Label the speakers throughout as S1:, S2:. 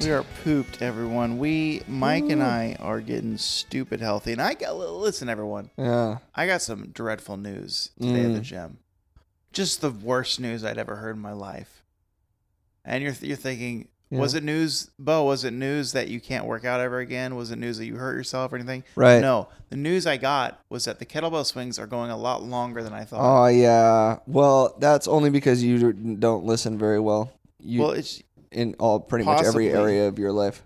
S1: we are pooped, everyone. We, Mike and I, are getting stupid healthy. And I got, listen, everyone,
S2: Yeah.
S1: I got some dreadful news today
S3: Mm,
S1: at the gym. Just the worst news I'd ever heard in my life. And you're, you're thinking, was
S2: Yeah.
S1: it news, Bo? Was it news that you can't work out ever again? Was it news that you hurt yourself or anything?
S2: Right.
S1: No. The news I got was that the kettlebell swings are going a lot longer than I thought.
S2: Oh yeah. Well, that's only because you don't listen very well. You
S1: well, it's
S2: in all pretty
S1: possibly.
S2: much every area of your life.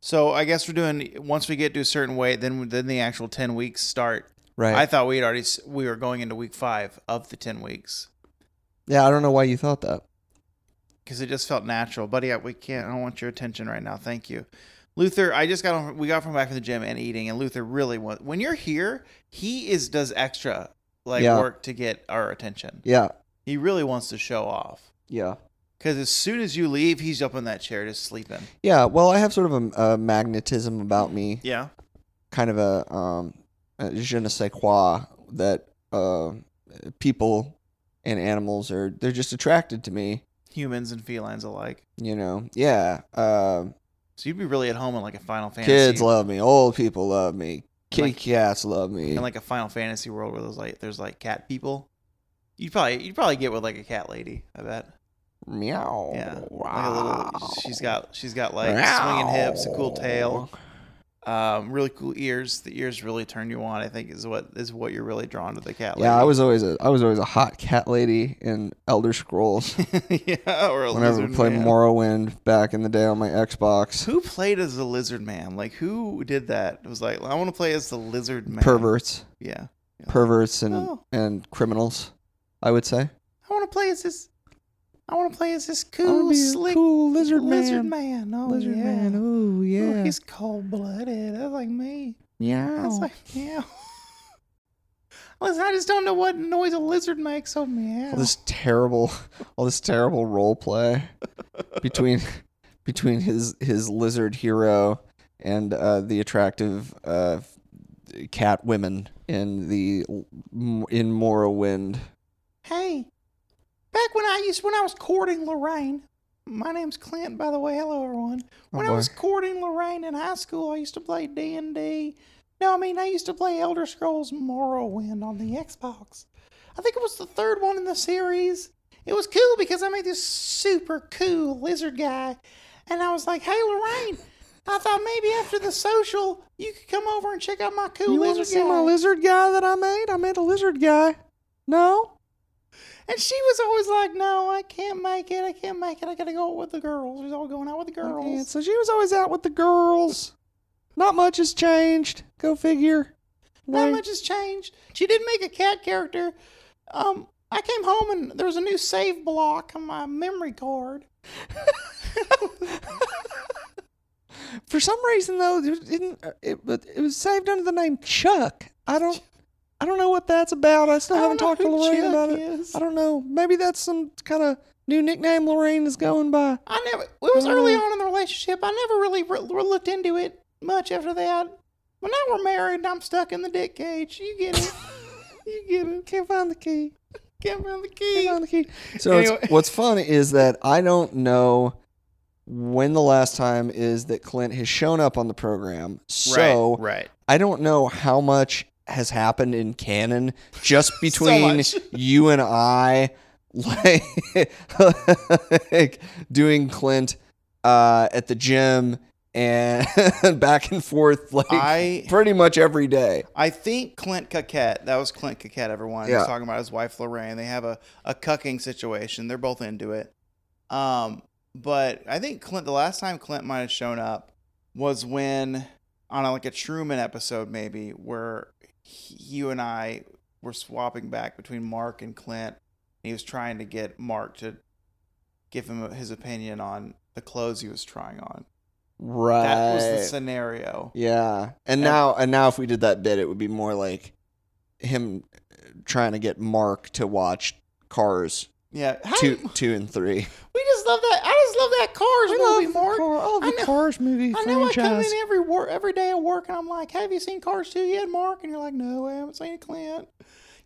S1: so I guess we're doing once we get to a certain weight, then then the actual ten weeks start.
S2: Right.
S1: I thought we had already s- we were going into week five of the ten weeks
S2: yeah, I don't know why you thought that.
S1: because it just felt natural, buddy. I, we can't. I don't want your attention right now. Thank you, Luther. I just got on, we got from back from the gym and eating, and Luther really wants when you're here. He is does extra like
S2: Yeah.
S1: work to get our attention.
S2: Yeah.
S1: He really wants to show off
S2: Yeah.
S1: because as soon as you leave, he's up in that chair just sleeping.
S2: Yeah. Well, I have sort of a, a magnetism about me,
S1: Yeah,
S2: kind of a um a je ne sais quoi that uh, people and animals are they're just attracted to me.
S1: humans and felines alike.
S2: You know. Yeah. Um
S1: So you'd be really at home in like a Final Fantasy.
S2: kids love me. Old people love me. Kitty
S1: Like-
S2: cats love me.
S1: in like a Final Fantasy world where there's like there's like cat people. You'd probably you'd probably get with like a cat lady. I bet.
S2: meow.
S1: Yeah, Like a little, she's got she's got like swinging hips, a cool tail, um, really cool ears. The ears really turn you on. I think is what is what you're really drawn to the cat.
S2: Yeah,
S1: lady.
S2: I was always a I was always a hot cat lady in Elder Scrolls.
S1: yeah, or a
S2: Whenever
S1: lizard
S2: we played
S1: man. Oh,
S2: Morrowind back in the day on my Xbox,
S1: Who played as the lizard man? Like who did that? It was like I want to play as the lizard man.
S2: perverts,
S1: Yeah,
S2: perverts, and
S1: Oh.
S2: and criminals, I would say.
S1: I want to play as this. I want to play as this
S2: I wanna
S1: cool,
S2: be a
S1: slick
S2: cool lizard man,
S1: lizard man. Oh,
S2: lizard
S1: yeah.
S2: man. Ooh,
S1: Oh,
S2: yeah,
S1: he's cold blooded. That's like me.
S2: meow.
S1: That's like meow. Listen, I just don't know what noise a lizard makes. So meow.
S2: all this terrible, all this terrible role play between between his his lizard hero and uh, the attractive uh, cat women in the in Morrowind.
S1: hey, back when I used when I was courting Lorraine. My name's Clint, by the way. Hello, everyone. When
S2: Oh, boy.
S1: I was courting Lorraine in high school, I used to play D and D. No, I mean I used to play Elder Scrolls Morrowind on the Xbox. I think it was the third one in the series. It was cool because I made this super cool lizard guy, and I was like, "Hey, Lorraine, I thought maybe after the social, you could come over and check out my cool
S2: You want to
S1: lizard
S2: see
S1: guy."
S2: my lizard guy that I made? I made a lizard guy. No.
S1: and she was always like, "No, I can't make it. I can't make it. I gotta go out with the girls. She's all going out with the girls."
S2: Okay, so she was always out with the girls. Not much has changed. Go figure.
S1: Not
S2: They-
S1: much has changed. She did make a cat character. Um, I came home and there was a new save block on my memory card.
S2: For some reason, though, it didn't. uh, It, but it was saved under the name Chuck. I don't. I don't know what that's about. I still
S1: I
S2: haven't
S1: don't know
S2: talked to
S1: who
S2: Lorraine
S1: Chuck
S2: about
S1: is.
S2: it. I don't know. Maybe that's some kind of new nickname Lorraine is going by.
S1: I never. It was early
S2: Oh.
S1: on in the relationship. I never really re- re- looked into it much after that. But now we're married and I'm stuck in the dick cage. You get it. you get it.
S2: Can't find the key.
S1: Can't find the
S2: Can't
S1: key.
S2: find the key. So it's-
S1: Anyway.
S2: what's fun is that I don't know when the last time is that Clint has shown up on the program. So
S1: right.
S2: I don't know how much has happened in canon just between
S1: much.
S2: you and I, like, like, doing Clint uh, at the gym and back and forth, like
S1: I-
S2: pretty much every day.
S1: I think Clint Coquette. That was Clint Coquette. Everyone
S2: Yeah.
S1: was talking about his wife Lorraine. They have a a cucking situation. They're both into it. Um, but I think Clint. The last time Clint might have shown up was when on a, like a Truman episode, maybe where he, you and I were swapping back between Mark and Clint. And he was trying to get Mark to give him his opinion on the clothes he was trying on.
S2: Right.
S1: That was the scenario.
S2: Yeah, and
S1: And-
S2: now and now if we did that bit, it would be more like him trying to get Mark to watch Cars
S1: Yeah. How-
S2: two, two and three.
S1: We just love that. I just love that Cars movie, Mark.
S2: oh,
S1: the I know-
S2: Cars movie
S1: I know I come in every wor- every day at work and I'm like, "Have you seen Cars 2 yet, Mark?" And you're like, "No, I haven't seen it, Clint."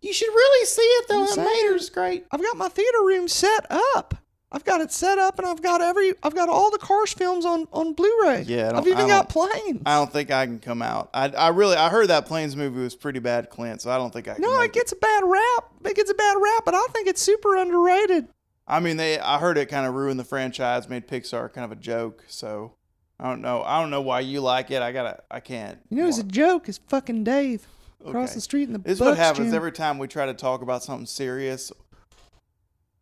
S1: You should really see it though.
S2: I'm
S1: That
S2: saying.
S1: Mater's great.
S2: I've got my theater room set up. I've got it set up and I've got every I've got all the Cars films on on Blu-ray.
S1: Yeah, I don't-
S2: I've even
S1: I
S2: got planes.
S1: I don't think I can come out. I, I really I heard that Planes movie was pretty bad, Clint. So I don't think I can.
S2: no, it
S1: make it.
S2: gets a bad rap. It gets a bad rap, but I think it's super underrated.
S1: I mean, they I heard it kind of ruined the franchise, made Pixar kind of a joke. So I don't know. I don't know why you like it. I gotta. I can't.
S2: You know, it's a joke. It's fucking Dave across
S1: Okay.
S2: the street in the.
S1: This is what
S2: Bucks
S1: happens
S2: gym.
S1: every time we try to talk about something serious.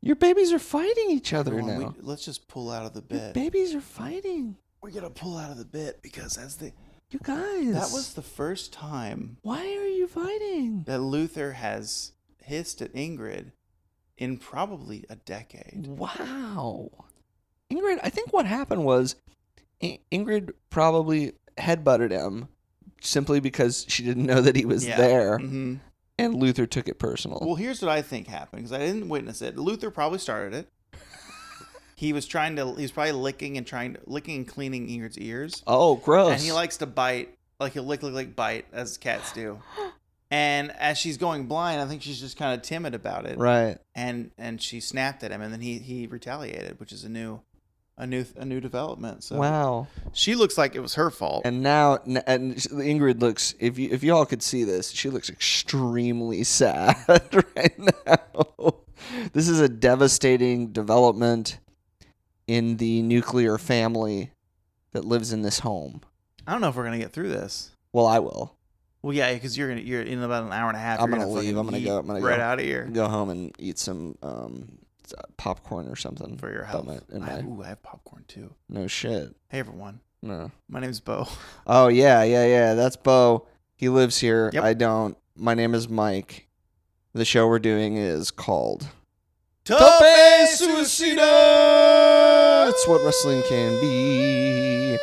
S2: Your babies are fighting each other
S1: Everyone,
S2: now.
S1: we, let's just pull out of the
S2: Your
S1: bit.
S2: babies are fighting.
S1: We're gonna pull out of the bit because that's the
S2: You guys.
S1: that was the first time
S2: Why are you fighting?
S1: that Luther has hissed at Ingrid in probably a decade.
S2: Wow. Ingrid, I think what happened was I- Ingrid probably headbutted him simply because she didn't know that he was
S1: Yeah.
S2: there,
S1: Mhm.
S2: and Luther took it personal.
S1: Well, here's what I think happened because I didn't witness it. Luther probably started it. he was trying to. He was probably licking and trying to licking and cleaning Ingrid's ears.
S2: oh, gross.
S1: and he likes to bite, like he'll lick, lick, lick, bite, as cats do. And as she's going blind, I think she's just kind of timid about it,
S2: right.
S1: and and she snapped at him, and then he he retaliated, which is a new, a new a new development. So
S2: Wow.
S1: she looks like it was her fault.
S2: And now, n- and sh- Ingrid looks. If you if y'all could see this, she looks extremely sad right now. This is a devastating development in the nuclear family that lives in this home.
S1: I don't know if we're gonna get through this.
S2: Well, I will
S1: Well, yeah, because you're gonna you're in about an hour and a half.
S2: I'm
S1: you're
S2: gonna leave.
S1: fucking
S2: I'm gonna
S1: yeet
S2: go. I'm gonna
S1: right
S2: go. Mm-hmm.
S1: out of here
S2: go home and eat some um, s- popcorn or something.
S1: for your
S2: That
S1: health.
S2: might- it
S1: I,
S2: might-
S1: ooh, I have popcorn too.
S2: No shit.
S1: Hey everyone,
S2: No.
S1: my name's Bo.
S2: Oh yeah, yeah, yeah. That's Bo. He lives here.
S1: Yep.
S2: I don't. My name is Mike. The show we're doing is called
S1: Tope
S2: Suicida. It's what wrestling can be.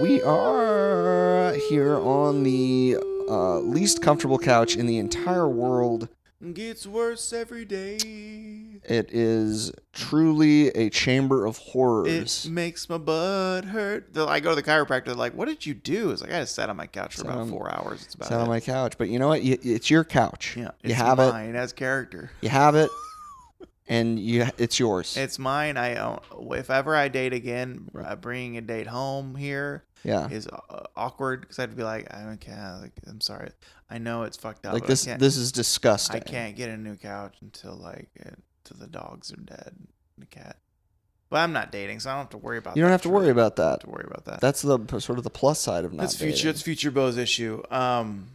S2: We are here on the uh, least comfortable couch in the entire world.
S1: Gets worse every day.
S2: It is truly a chamber of horrors.
S1: It makes my butt hurt. They're- I go to the chiropractor. They're like, "What did you do?" It's like I just sat on my couch for
S2: Sat
S1: about
S2: on-
S1: four hours. It's about
S2: It's not on
S1: it.
S2: my couch, but you know what? Y- It's your couch.
S1: yeah,
S2: you
S1: it's
S2: have it.
S1: mine. It has character.
S2: You have it, and you it's yours.
S1: It's mine. I own. If ever I date again, uh, bringing a date home here
S2: yeah.
S1: is uh, awkward because I'd be like, "I don't care. Like, I'm sorry. I know it's fucked up.
S2: Like
S1: but
S2: this
S1: I can't,
S2: this is disgusting.
S1: I can't get a new couch until like it, till the dogs are dead, and the cat. But I'm not dating, so I don't have to worry about.
S2: You don't
S1: that
S2: have to
S1: for-
S2: worry about
S1: Have
S2: that.
S1: to worry about that.
S2: That's the p- sort of the plus side of not
S1: That's future.
S2: dating.
S1: That's future Bo's issue. Um,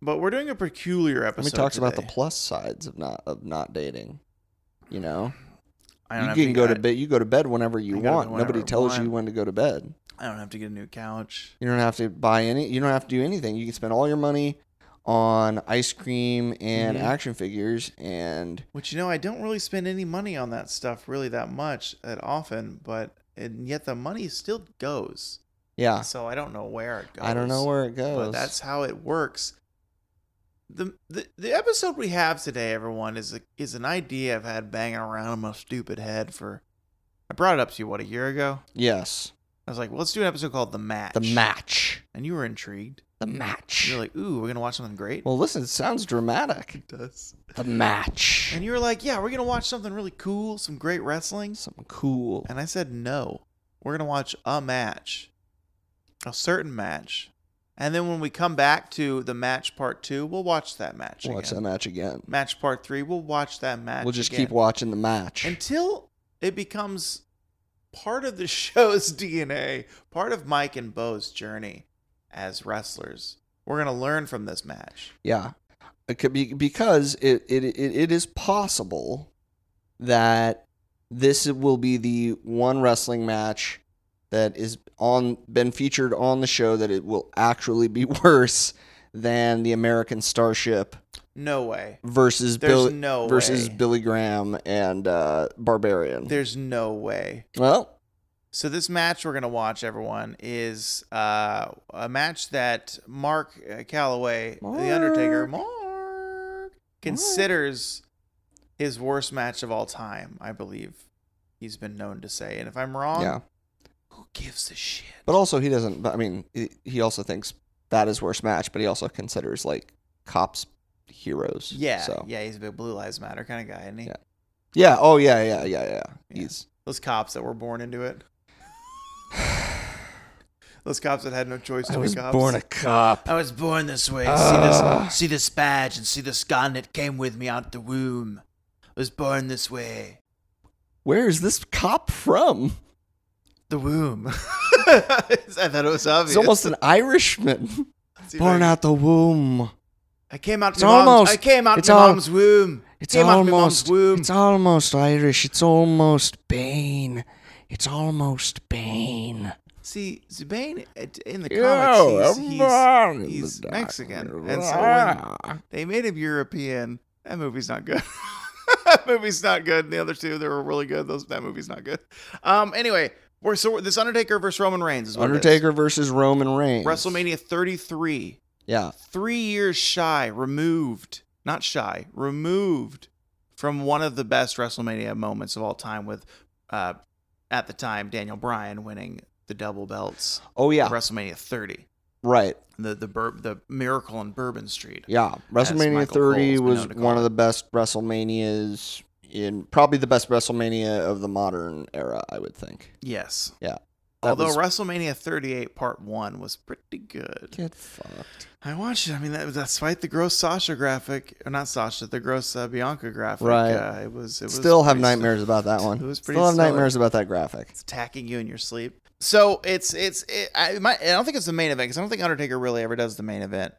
S1: but we're doing a peculiar episode.
S2: Let me talk about the
S1: today.
S2: plus sides of not of not dating. You know,
S1: I don't
S2: you
S1: have
S2: can
S1: to
S2: go
S1: get-
S2: to bed. You go to bed whenever you
S1: I can go to
S2: want.
S1: bed
S2: Nobody
S1: whenever I
S2: tells
S1: want.
S2: you when to go to bed.
S1: I don't have to get a new couch.
S2: You don't have to buy any. You don't have to do anything. You can spend all your money on ice cream and
S1: Mhm.
S2: action figures and
S1: Which you know, I don't really spend any money on that stuff really that much that often. But and yet the money still goes.
S2: yeah.
S1: So I don't know where it goes.
S2: Ah. I don't know where it goes.
S1: But that's how it works. The, the the episode we have today, everyone, is a, is an idea I've had banging around in my stupid head for. I brought it up to you what a year ago.
S2: yes.
S1: I was like, well, let's do an episode called "The Match."
S2: The match.
S1: and you were intrigued.
S2: The match.
S1: You're like, ooh, we're gonna watch something great.
S2: well, listen, it sounds dramatic.
S1: it does.
S2: The match.
S1: And you were like, yeah, we're gonna watch something really cool, some great wrestling.
S2: Something cool.
S1: And I said, no, we're gonna watch a match, a certain match. And then when we come back to the match part two, we'll watch that match.
S2: Watch that
S1: again.
S2: match again.
S1: Match part three, we'll watch that match.
S2: We'll just
S1: again.
S2: keep watching the match.
S1: until it becomes part of the show's DNA, part of Mike and Bo's journey as wrestlers. We're gonna learn from this match.
S2: Yeah, it could be because it it, it it is possible that this will be the one wrestling match that is on been featured on the show that it will actually be worse than the American Starship
S1: No way.
S2: versus
S1: There's
S2: Bill
S1: no
S2: versus
S1: way.
S2: Billy Graham and uh, Barbarian.
S1: There's no way.
S2: well,
S1: So this match we're gonna watch, everyone, is uh, a match that Mark uh, Calloway, the Undertaker, Mark, considers his worst match of all time. I believe he's been known to say, and if I'm wrong,
S2: yeah,
S1: who gives a shit?
S2: but also he doesn't. but I mean, he, he also thinks that is worst match, but he also considers like cops heroes.
S1: Yeah,
S2: so
S1: yeah, he's a big Blue Lives Matter kind of guy, isn't he?
S2: Yeah. Yeah. Oh, yeah, yeah, yeah, yeah.
S1: Yeah.
S2: He's
S1: Those cops that were born into it. Those cops that had no choice to
S2: I
S1: be
S2: was
S1: cops.
S2: born a cop.
S1: I was born this way.
S2: Ah.
S1: see this, see this badge, and see this gun that came with me out the womb. I was born this way.
S2: Where is this cop
S1: Oh,
S2: from?
S1: The womb. I thought it was obvious.
S2: He's almost an Irishman.
S1: It's either-
S2: Born out the womb.
S1: I came out.
S2: It's
S1: my mom's-
S2: almost-
S1: I came out
S2: it's
S1: my
S2: al-
S1: mom's womb.
S2: It's
S1: came out my mom's
S2: almost.
S1: womb.
S2: It's almost Irish. It's almost Bane. It's almost Bane.
S1: See, Zubane at- in the comics, he's, he's, he's Mexican, and so when- they made him European. That movie's not good. that movie's not good. The other two, they were really good. Those that movie's not good. Um. Anyway, we're so this Undertaker versus Roman Reigns is what it is.
S2: Undertaker versus Roman Reigns.
S1: WrestleMania 33,
S2: Yeah.
S1: three years shy, removed, not shy, removed from one of the best WrestleMania moments of all time with, uh, at the time, Daniel Bryan winning the double belts
S2: Oh yeah.
S1: at WrestleMania 30.
S2: right.
S1: The the bur- the miracle in Bourbon Street.
S2: Yeah. WrestleMania
S1: Michael
S2: 30
S1: Cole's been
S2: was
S1: known to call
S2: one
S1: it.
S2: of the best WrestleManias in probably the best WrestleMania of the modern era, I would think.
S1: Yes.
S2: That
S1: Although
S2: was-
S1: WrestleMania 38 Part One was pretty good.
S2: get fucked.
S1: I watched it. I mean, that, despite the gross Sasha graphic, or not Sasha, the gross uh, Bianca graphic.
S2: Right.
S1: Uh, it was. It was
S2: Still have
S1: pretty stiff.
S2: nightmares about that one.
S1: It was pretty
S2: Still have
S1: stellar.
S2: nightmares about that graphic.
S1: It's attacking you in your sleep. So it's it's it, I my, I don't think it's the main event because I don't think Undertaker really ever does the main event.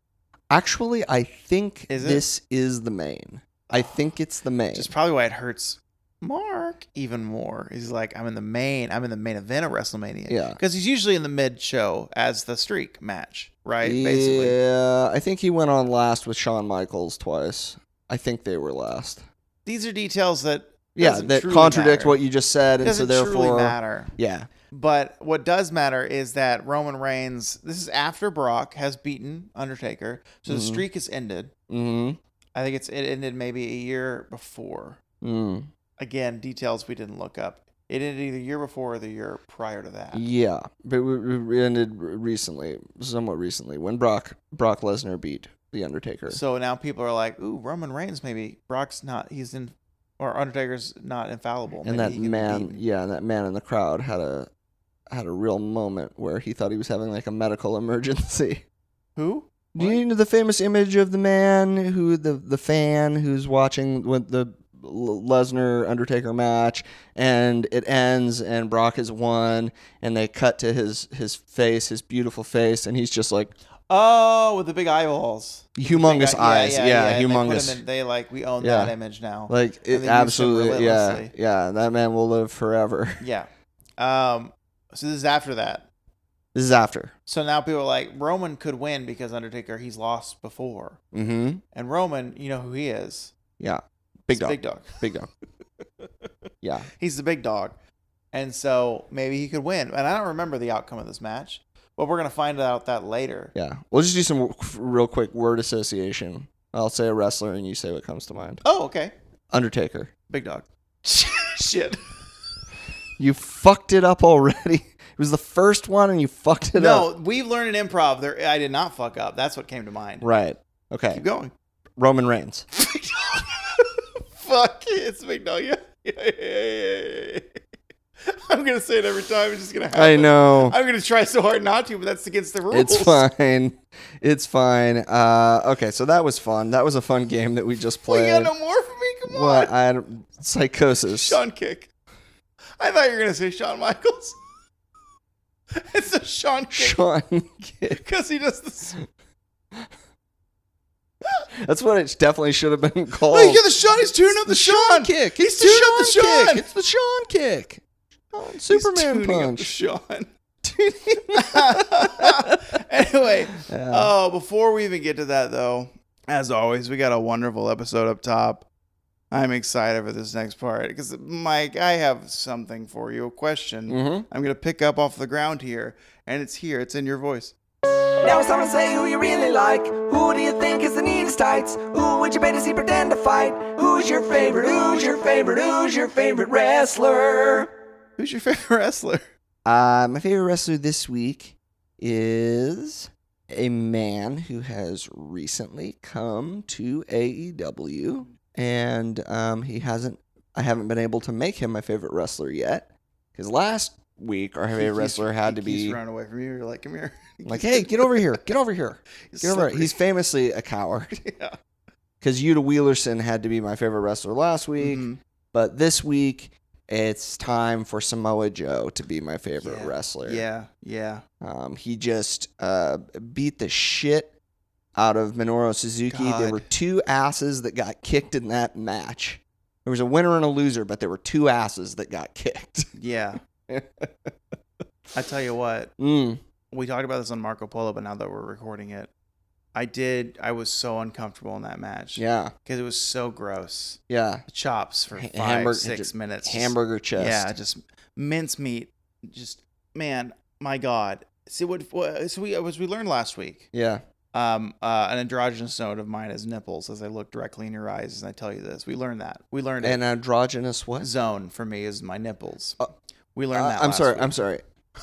S2: Actually, I think
S1: Is it?
S2: this is the main. I think it's the main.
S1: Which is probably why it hurts Mark even more. He's like, I'm in the main, I'm in the main event of WrestleMania.
S2: Yeah.
S1: because he's usually in the mid show as the streak match, right? Basically,
S2: Yeah, I think he went on last with Shawn Michaels twice. I think they were last.
S1: these are details that
S2: Yeah,
S1: doesn't
S2: that
S1: truly
S2: contradict
S1: matter.
S2: what you just said, and so
S1: doesn't truly
S2: therefore,
S1: matter.
S2: yeah,
S1: But what does matter is that Roman Reigns. This is after Brock has beaten Undertaker, so the
S2: Mhm.
S1: streak is ended.
S2: mm-hmm.
S1: I think it's it ended maybe a year before.
S2: mm.
S1: again details we didn't look up it ended either year before or the year prior to that
S2: yeah, but we- we we ended r- recently, somewhat recently, when Brock Brock Lesnar beat the Undertaker.
S1: so now people are like ooh roman reigns maybe brock's not he's in or undertaker's not infallible
S2: and
S1: Maybe
S2: that
S1: he can be
S2: man,
S1: beaten."
S2: yeah, and that man in the crowd had a had a real moment where he thought he was having like a medical emergency.
S1: who
S2: Do you know the famous image of the man who the the fan who's watching with the L- Lesnar Undertaker match and it ends and Brock has won and they cut to his his face, his beautiful face and he's just like
S1: oh with the big eyeballs Big
S2: humongous
S1: eye-
S2: eyes. Yeah,
S1: and they put him
S2: humongous.
S1: in- they like we own
S2: Yeah.
S1: that image now
S2: like
S1: they use
S2: it
S1: him
S2: absolutely yeah.
S1: relentlessly.
S2: Yeah, that man will live forever.
S1: yeah um so this is after that
S2: This is after.
S1: so now people are like roman could win because undertaker he's lost before
S2: Mhm.
S1: and roman you know who he is
S2: Yeah. Big
S1: He's a
S2: dog.
S1: big dog
S2: Big dog. yeah.
S1: He's the big dog. And so maybe he could win. And I don't remember the outcome of this match, but we're going to find out that later.
S2: Yeah. We'll just do some w- real quick word association. I'll say a wrestler and you say what comes to mind.
S1: Oh, okay.
S2: Undertaker.
S1: Big dog. Shit.
S2: You fucked it up already. It was the first one and you fucked it
S1: No,
S2: up.
S1: we've learned in improv. There, I did not fuck up. That's what came to mind.
S2: Right. Okay.
S1: Keep going.
S2: Roman Reigns.
S1: Big dog. Fuck, it's Big Dog. Yeah. Yeah, yeah, yeah, yeah, yeah. I'm going to say it every time. It's just going to happen.
S2: I know.
S1: I'm going to try so hard not to, but that's against the rules.
S2: It's fine. It's fine. Uh, okay, so that was fun. That was a fun game that we just
S1: Well, you
S2: played.
S1: got no more for me? Come on.
S2: what? I don't- psychosis.
S1: Sean Kick. I thought you were gonna say Shawn Michaels. it's a Sean Kick
S2: Sean Kidd.
S1: because he does this.
S2: That's what it definitely should have been called.
S1: Oh, you got the Sean. He's tuning up the, Sean.
S2: kick. It's
S1: He's the Sean
S2: Sean
S1: Kick.
S2: kick. It's the Sean kick. Oh,
S1: He's
S2: Superman
S1: tuning up the
S2: punch.
S1: Sean. anyway,
S2: Yeah.
S1: oh, before we even get to that though, as always, we got a wonderful episode up top. I'm excited for this next part because Mike, I have something for you, a question.
S2: Mhm.
S1: I'm gonna pick up off the ground here, and it's here. It's in your voice.
S4: Now it's time to say who you really like. Who do you think is the neatest tights? Who would you bet to see pretend to fight? Who's your favorite? Who's your favorite? Who's your favorite wrestler?
S1: Who's your favorite wrestler?
S2: Uh, my favorite wrestler this week is a man who has recently come to E AEW, and um, he hasn't. I haven't been able to make him my favorite wrestler yet, Because last week, our heavyweight
S1: Kiki's-
S2: wrestler had to
S1: Kiki's
S2: be
S1: running away from you. You're like, come here.
S2: like, hey, get over here. Get over here.
S1: He's
S2: Get over here.
S1: slippery.
S2: He's famously a coward.
S1: yeah.
S2: Because Yuta Wheelerson had to be my favorite wrestler last week.
S1: Mhm.
S2: But this week, it's time for Samoa Joe to be my favorite
S1: Yeah.
S2: wrestler.
S1: Yeah. Yeah.
S2: Um, he just uh, beat the shit out of Minoru Suzuki. There
S1: God.
S2: were two asses that got kicked in that match. There was a winner and a loser, but there were two asses that got kicked.
S1: Yeah. I tell you what,
S2: Mm.
S1: we talked about this on Marco Polo, but now that we're recording it, I did. I was so uncomfortable in that match.
S2: Yeah,
S1: Because it was so gross.
S2: yeah.
S1: Chops for
S2: Ha-
S1: five,
S2: hamburg-
S1: six
S2: just
S1: minutes. Just-
S2: Hamburger chest.
S1: Yeah, just mincemeat. Just man, my God. See what, what so we as we learned last week.
S2: yeah,
S1: Um, uh, an androgynous note of mine is nipples. As I look directly in your eyes, as I tell you this, we learned that. We learned
S2: An androgynous
S1: it.
S2: what?
S1: Zone for me is my nipples.
S2: Uh,
S1: we learned
S2: Uh,
S1: that.
S2: I'm
S1: last
S2: sorry.
S1: week.
S2: I'm sorry.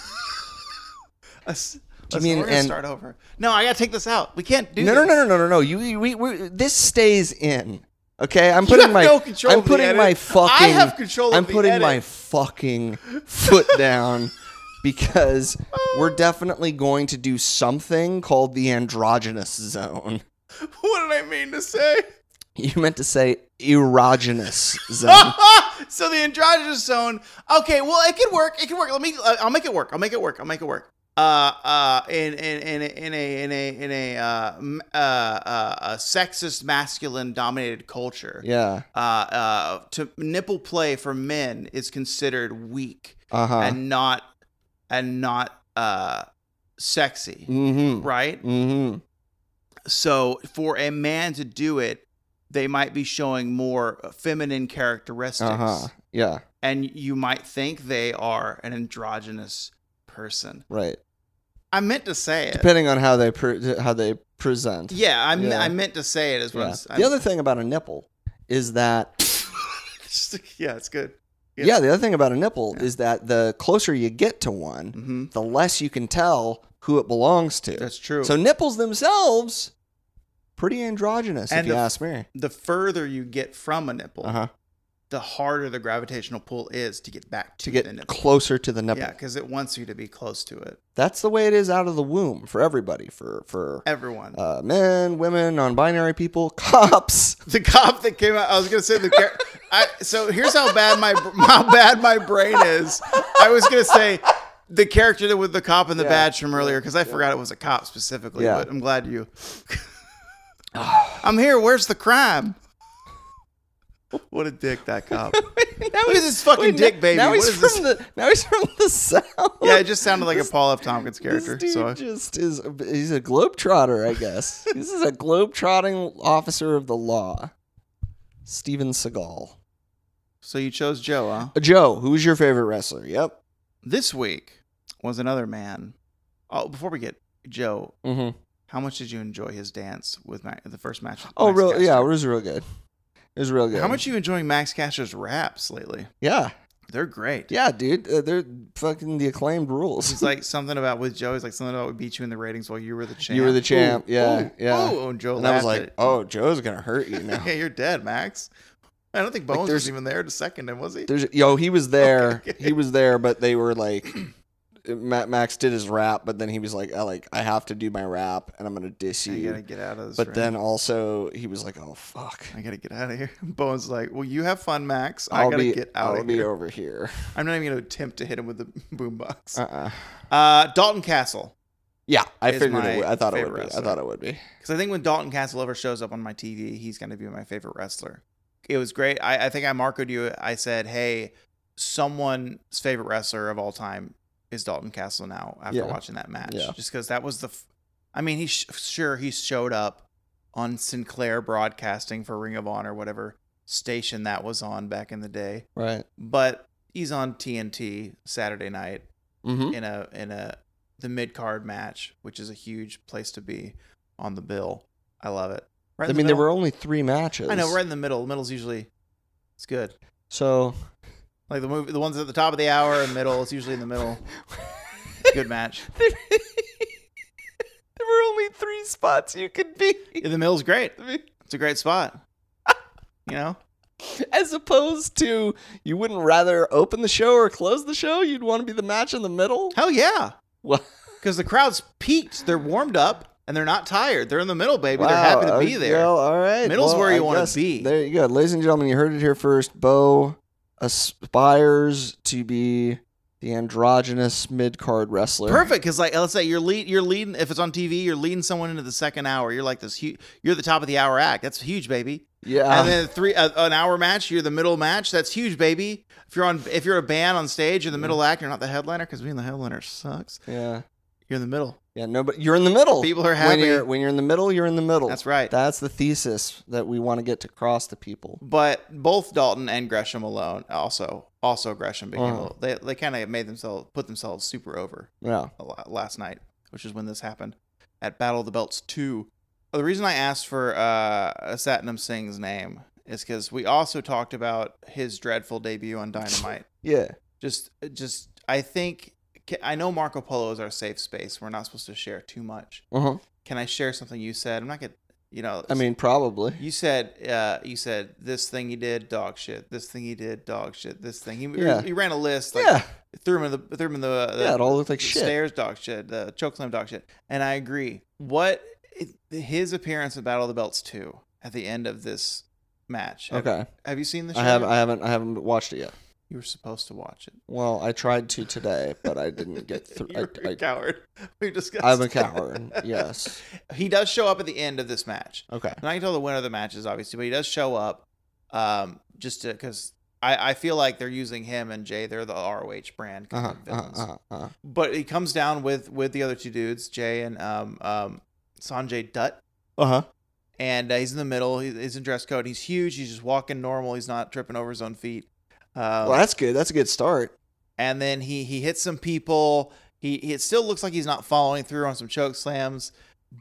S1: Let's,
S2: Do you
S1: let's-
S2: mean
S1: we're gonna
S2: and-
S1: start over? No, I gotta take this out. We can't do.
S2: No, no,
S1: this.
S2: no, no, no, no, no. You, you- we, we, this stays in. Okay, I'm
S1: You
S2: putting
S1: have
S2: my,
S1: no control
S2: I'm
S1: of the
S2: putting
S1: edit.
S2: my fucking,
S1: I have control. Of
S2: I'm
S1: the
S2: putting
S1: edit.
S2: my fucking foot down because we're definitely going to do something called the androgynous zone.
S1: What did I mean to say?
S2: You meant to say erogenous zone.
S1: so the androgynous zone. Okay, well, it could work. It could work. Let me. uh, I'll make it work. I'll make it work. I'll make it work. Uh, uh, in in in a in a in a in a uh, m- uh, uh, a sexist, masculine dominated culture.
S2: yeah.
S1: Uh, uh, to nipple play for men is considered weak
S2: Uh huh.
S1: and not and not uh sexy,
S2: Mm hmm.
S1: right?
S2: Mm
S1: So for a man to do it, they might be showing more feminine
S2: hmm.
S1: characteristics,
S2: Uh huh. Yeah.
S1: and you might think they are an androgynous person.
S2: Right.
S1: I meant to say it.
S2: Depending on how they pre- how they present.
S1: yeah, I me-
S2: Yeah.
S1: I meant to say it as well.
S2: Yeah.
S1: as I-
S2: The other thing about a nipple is that
S1: Just- yeah, it's good. Yeah.
S2: yeah, the other thing about a nipple
S1: Yeah.
S2: is that the closer you get to one,
S1: hmm
S2: the less you can tell who it belongs to.
S1: That's true.
S2: So nipples themselves, pretty androgynous,
S1: And
S2: if you
S1: the- Oh,
S2: ask me.
S1: the further you get from a nipple,
S2: Uh-huh.
S1: the harder the gravitational pull is to get back to,
S2: To
S1: the
S2: get
S1: nipple.
S2: closer to the nipple.
S1: Yeah, because it wants you to be close to it.
S2: That's the way it is out of the womb for everybody, for for
S1: Everyone.
S2: uh, men, women, non-binary people, cops.
S1: the cop that came out. I was gonna say the. Car- I, so here's how bad my how bad my brain is. I was gonna say the character that with the cop and the
S2: Yeah.
S1: badge from earlier because I forgot it was a cop specifically.
S2: Yeah.
S1: But I'm glad you. I'm here. Where's the crime? What a dick that cop.
S2: now
S1: Look at this fucking dick, baby.
S2: Now
S1: What
S2: he's
S1: is
S2: from the now he's from the south.
S1: Yeah, it just sounded like a Paul F. Tompkins
S2: This
S1: character.
S2: dude
S1: So I-
S2: just is he's a globetrotter, I guess. this is a globetrotting officer of the law. Steven Seagal. Uh,
S1: so you chose Joe, huh?
S2: Joe, who's your favorite wrestler? Yep.
S1: This week was another man. Oh, before we get Joe,
S2: Mm-hmm.
S1: How much did you enjoy his dance with Ma- the first match? with
S2: Oh,
S1: Max
S2: real
S1: Caster?
S2: yeah, it was real good. It was real good.
S1: How much are you enjoying Max Casher's raps lately?
S2: Yeah,
S1: They're great.
S2: yeah, dude. Uh, they're fucking the acclaimed rules.
S1: He's like something about with Joe. He's like something about we beat you in the ratings while you were the champ.
S2: You were the
S1: Ooh,
S2: champ. Yeah,
S1: ooh,
S2: yeah.
S1: ooh, and Joe
S2: and I was
S1: laughed
S2: like, oh, Joe's gonna hurt you
S1: at it.
S2: now.
S1: yeah, you're dead, Max. I don't think
S2: Like,
S1: Bones was
S2: there's-
S1: even there to second him, was he?
S2: There's yo, he was there.
S1: Okay.
S2: He was there, but they were like. Ma- Max did his rap, but then he was like, "I like, I have to do my rap, and I'm gonna diss
S1: I
S2: you."
S1: gotta get out of this.
S2: But
S1: ring.
S2: then also he was like, "Oh fuck,
S1: I gotta get out of here. Bones is like, well, you have fun, Max. I
S2: I'll
S1: gotta
S2: be,
S1: get out
S2: I'll
S1: of
S2: be
S1: here.
S2: over here."
S1: I'm not even gonna attempt to hit him with the boombox. Uh,
S2: Uh-uh.
S1: Dalton Castle.
S2: Yeah, I
S1: Is
S2: figured.
S1: my
S2: It would, I thought it would
S1: favorite
S2: be. I
S1: wrestler.
S2: thought it would be.
S1: Because I think when Dalton Castle ever shows up on my TV, he's going to be my favorite wrestler. It was great. I, I think I marketed you. I said, hey, someone's favorite wrestler of all time is Dalton Castle now after
S2: Yeah.
S1: watching that match.
S2: Yeah.
S1: Just because that was the. F- I mean, he sh- sure, he showed up on Sinclair Broadcasting for Ring of Honor, whatever station that was on back in the day.
S2: Right.
S1: But he's on TNT Saturday night
S2: Mm-hmm.
S1: in a in a the mid card match, which is a huge place to be on the bill. I love it. Right
S2: I
S1: in the
S2: mean, there
S1: middle.
S2: were only three matches.
S1: I know right in the middle. The middle's usually it's good.
S2: So
S1: Like the movie, the ones at the top of the hour and middle. It's usually in the middle. It's a good match.
S2: there were only three spots you could be.
S1: Yeah, the middle's great. It's a great spot. You know,
S2: As opposed to, you wouldn't rather open the show or close the show? You'd want to be the match in the middle?
S1: Hell yeah.
S2: Well,
S1: Because the crowd's peaked. They're warmed up and they're not tired. They're in the middle, baby. They're happy to
S2: wow,
S1: be
S2: uh,
S1: there.
S2: well, all right.
S1: Middle's
S2: Well,
S1: where you
S2: I
S1: wanna
S2: guess
S1: be.
S2: There you go. Ladies and gentlemen, you heard it here first. Bo aspires to be the androgynous mid card wrestler.
S1: Perfect, because like let's say you're lead, you're leading. If it's on TV, you're leading someone into the second hour. You're like this. Hu- you're the top of the hour act. That's huge, baby.
S2: Yeah.
S1: and then three uh, an hour match. You're the middle match. That's huge, baby. If you're on, if you're a band on stage, you're the
S2: Mm-hmm.
S1: middle act. You're not the headliner because being the headliner sucks.
S2: yeah.
S1: You're in the middle.
S2: Yeah, no, but you're in the middle.
S1: People are happy.
S2: When you're, when you're in the middle, you're in the middle.
S1: That's right.
S2: That's the thesis that we want to get across to people.
S1: But both Dalton and Gresham alone also also Gresham became a
S2: Uh-huh.
S1: little, they they kind of made themselves put themselves super over
S2: Yeah.
S1: a lot last night, which is when this happened at Battle of the Belts 2. Uh, The reason I asked for uh, Satnam Singh's name is because we also talked about his dreadful debut on Dynamite.
S2: Yeah.
S1: just, just I think I know Marco Polo is our safe space. We're not supposed to share too much.
S2: Uh-huh.
S1: Can I share something you said? I'm not gonna, you know.
S2: I mean, probably.
S1: you said, uh, you said this thing he did, dog shit. This thing he did, dog shit. This thing he,
S2: Yeah.
S1: he ran a list. Like,
S2: yeah.
S1: Threw him in the threw him in the, the
S2: yeah, it all looked like
S1: the
S2: shit.
S1: stairs dog shit, the chokeslam dog shit. And I agree. What his appearance at Battle of the Belts 2 at the end of this match. Have,
S2: Okay.
S1: Have you seen the show?
S2: I have I haven't I haven't watched it yet.
S1: you were supposed to watch it.
S2: Well, I tried to today, but I didn't get through.
S1: You're
S2: I,
S1: a
S2: I,
S1: coward. We discussed.
S2: I'm a
S1: it.
S2: coward. Yes.
S1: he does show up at the end of this match.
S2: Okay.
S1: And I can tell the winner of the matches, obviously, but he does show up um, just because I, I feel like they're using him and Jay. They're the ROH brand kind
S2: Uh-huh,
S1: of
S2: uh-huh,
S1: villains.
S2: uh-huh, uh-huh.
S1: But he comes down with with the other two dudes, Jay and um, um, Sanjay Dutt.
S2: Uh-huh.
S1: and uh, he's in the middle. He, he's in dress code. He's huge. He's just walking normal. He's not tripping over his own feet. Um,
S2: Well, that's good. That's a good start.
S1: and then he he hits some people. He, he it still looks like he's not following through on some choke slams,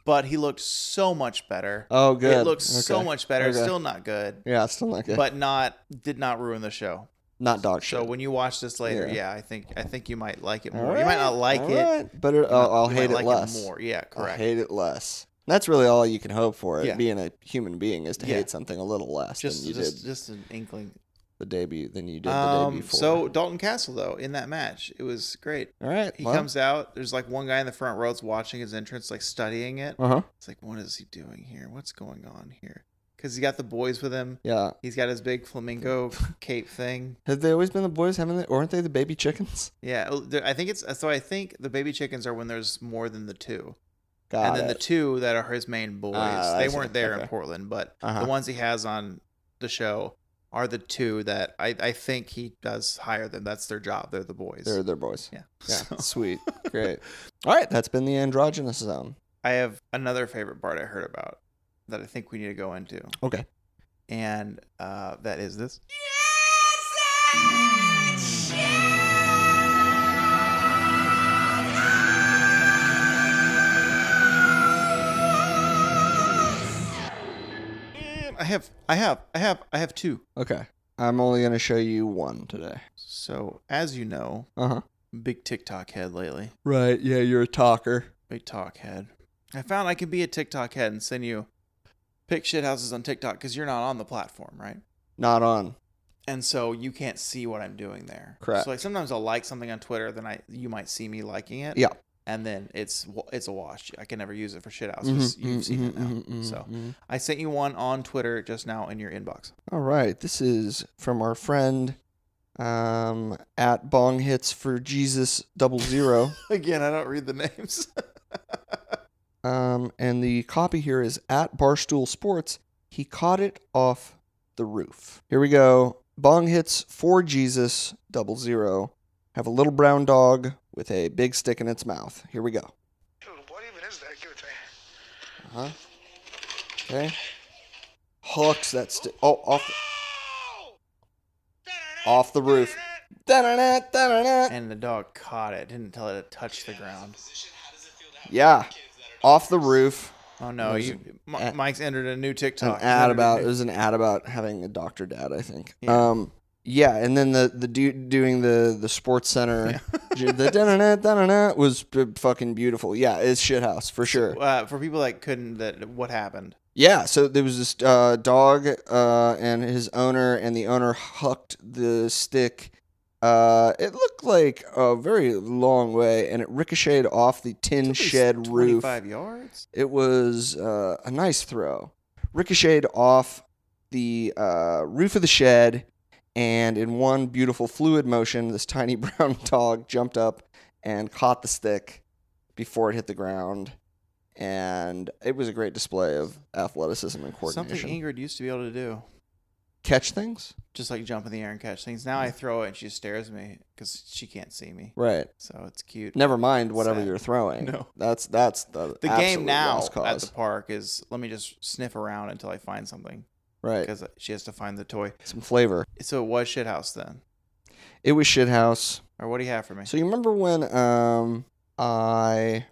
S1: but he looked so much better.
S2: Oh, good.
S1: It looks so
S2: Okay.
S1: much better.
S2: Okay.
S1: Still not good,
S2: Yeah, it's still not good.
S1: but not did not ruin the show.
S2: not dog shit.
S1: So when you watch this later,
S2: Yeah.
S1: yeah, I think I think you might like it
S2: All
S1: more. You might not
S2: right,
S1: like
S2: all
S1: it.
S2: right. but it, I'll, I'll
S1: You might
S2: hate it
S1: like
S2: less.
S1: more. Yeah,
S2: I'll
S1: correct.
S2: hate it less. That's really all you can hope for. It
S1: Yeah.
S2: being a human being is to
S1: Yeah.
S2: hate something a little less
S1: just
S2: than you
S1: just
S2: did
S1: just an inkling.
S2: the debut than you did the day
S1: Um,
S2: before.
S1: so Dalton Castle though in that match, it was great.
S2: all right,
S1: He comes out. There's like one guy in the front row that's watching his entrance, like studying it.
S2: Uh huh.
S1: It's like, what is he doing here? What's going on here? Because he got the boys with him.
S2: Yeah.
S1: He's got his big flamingo cape thing.
S2: Have they always been the boys? Haven't they? Or aren't they the baby chickens?
S1: Yeah, oh, there- I think it's so. I think the baby chickens are when there's more than the two,
S2: Got
S1: and then
S2: it.
S1: the two that are his main boys.
S2: Ah, I
S1: they
S2: see.
S1: weren't there
S2: Okay.
S1: in Portland, but
S2: Uh-huh.
S1: the ones he has on the show are the two that I, I think he does hire them. That's their job. They're the boys.
S2: They're their boys.
S1: yeah.
S2: Yeah.
S1: So-
S2: Sweet. Great. All right. That's been the androgynous zone.
S1: I have another favorite part I heard about that I think we need to go into.
S2: Okay.
S1: And uh, that is this. And I have, I have, I have, I have two.
S2: Okay. I'm only going to show you one today.
S1: So, as you know,
S2: Uh huh.
S1: big TikTok head lately.
S2: Right. Yeah. You're a talker.
S1: Big talk head. I found I could be a TikTok head and send you pick shit houses on TikTok because you're not on the platform, right?
S2: Not on.
S1: and so you can't see what I'm doing there.
S2: Correct.
S1: So like sometimes I'll like something on Twitter, then I you might see me liking it.
S2: Yeah.
S1: And then it's wa- it's a wash. I can never use it for shit outs.
S2: Mhm,
S1: You've
S2: mhm,
S1: seen it now.
S2: mhm, mhm,
S1: so
S2: mhm.
S1: I sent you one on Twitter just now in your inbox.
S2: All right. This is from our friend um, at Bong Hits for Jesus Double Zero.
S1: Again, I don't read the names.
S2: um, and the copy here is at Barstool Sports. He caught it off the roof. Here we go. Bong Hits for Jesus Double Zero. Have a little brown dog with a big stick in its mouth. Here we go.
S3: Dude, what even is that? Give it to me.
S2: Uh huh. Okay. Hooks that stick. Oh, off. Off the roof. Da-da-da, da-da-da.
S1: and the dog caught it. Didn't tell it to touch the ground.
S2: Yeah. Off the roof.
S1: Oh no!
S2: There's
S1: You, Mi-
S2: ad-
S1: Mike's entered a new
S2: An
S1: TikTok. He's
S2: ad
S1: entered a
S2: about it
S1: new-
S2: was an ad about having a doctor dad, I think.
S1: Yeah.
S2: Um yeah, and then the the dude doing the the sports center ju- the da-na-na, da-na-na was b- fucking beautiful. Yeah, it's shit house for sure.
S1: uh, for people that couldn't. That what happened?
S2: Yeah, so there was this uh, dog uh, and his owner, and the owner hucked the stick. Uh, it looked like a very long way, and it ricocheted off the tin
S1: It's at least
S2: shed roof.
S1: 25 yards.
S2: It was uh, a nice throw. Ricocheted off the uh, roof of the shed, and in one beautiful fluid motion, this tiny brown dog jumped up and caught the stick before it hit the ground. And it was a great display of athleticism and coordination.
S1: Something Ingrid used to be able to do,
S2: Catch things?
S1: just like jump in the air and catch things. Now I throw it and she stares at me because she can't see me.
S2: Right.
S1: So it's cute.
S2: Never mind whatever
S1: Sad.
S2: you're throwing.
S1: No.
S2: That's that's the
S1: the
S2: absolute
S1: game now
S2: lost
S1: at the
S2: cause.
S1: park is let me just sniff around until I find something
S2: right.
S1: because she has to find the toy.
S2: Some flavor.
S1: So it was shithouse then,
S2: It was shit house.
S1: or what do you have for me?
S2: So you remember when um I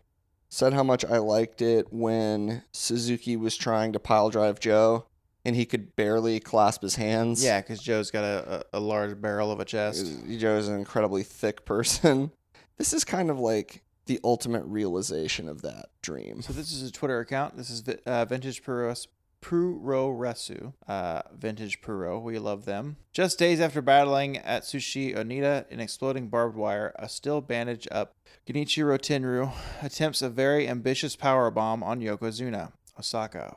S2: said how much I liked it when Suzuki was trying to pile drive Joe and he could barely clasp his hands.
S1: yeah, because Joe's got a, a, a large barrel of a chest.
S2: Joe's an incredibly thick person. This is kind of like the ultimate realization of that dream.
S1: So this is a Twitter account. This is vi- uh, Vintage Puros. Puro Resu, uh, Vintage Puro, we love them. Just days after battling at Sushi Onita in exploding barbed wire, a still bandaged up Genichiro Tenru attempts a very ambitious power bomb on Yokozuna, Osaka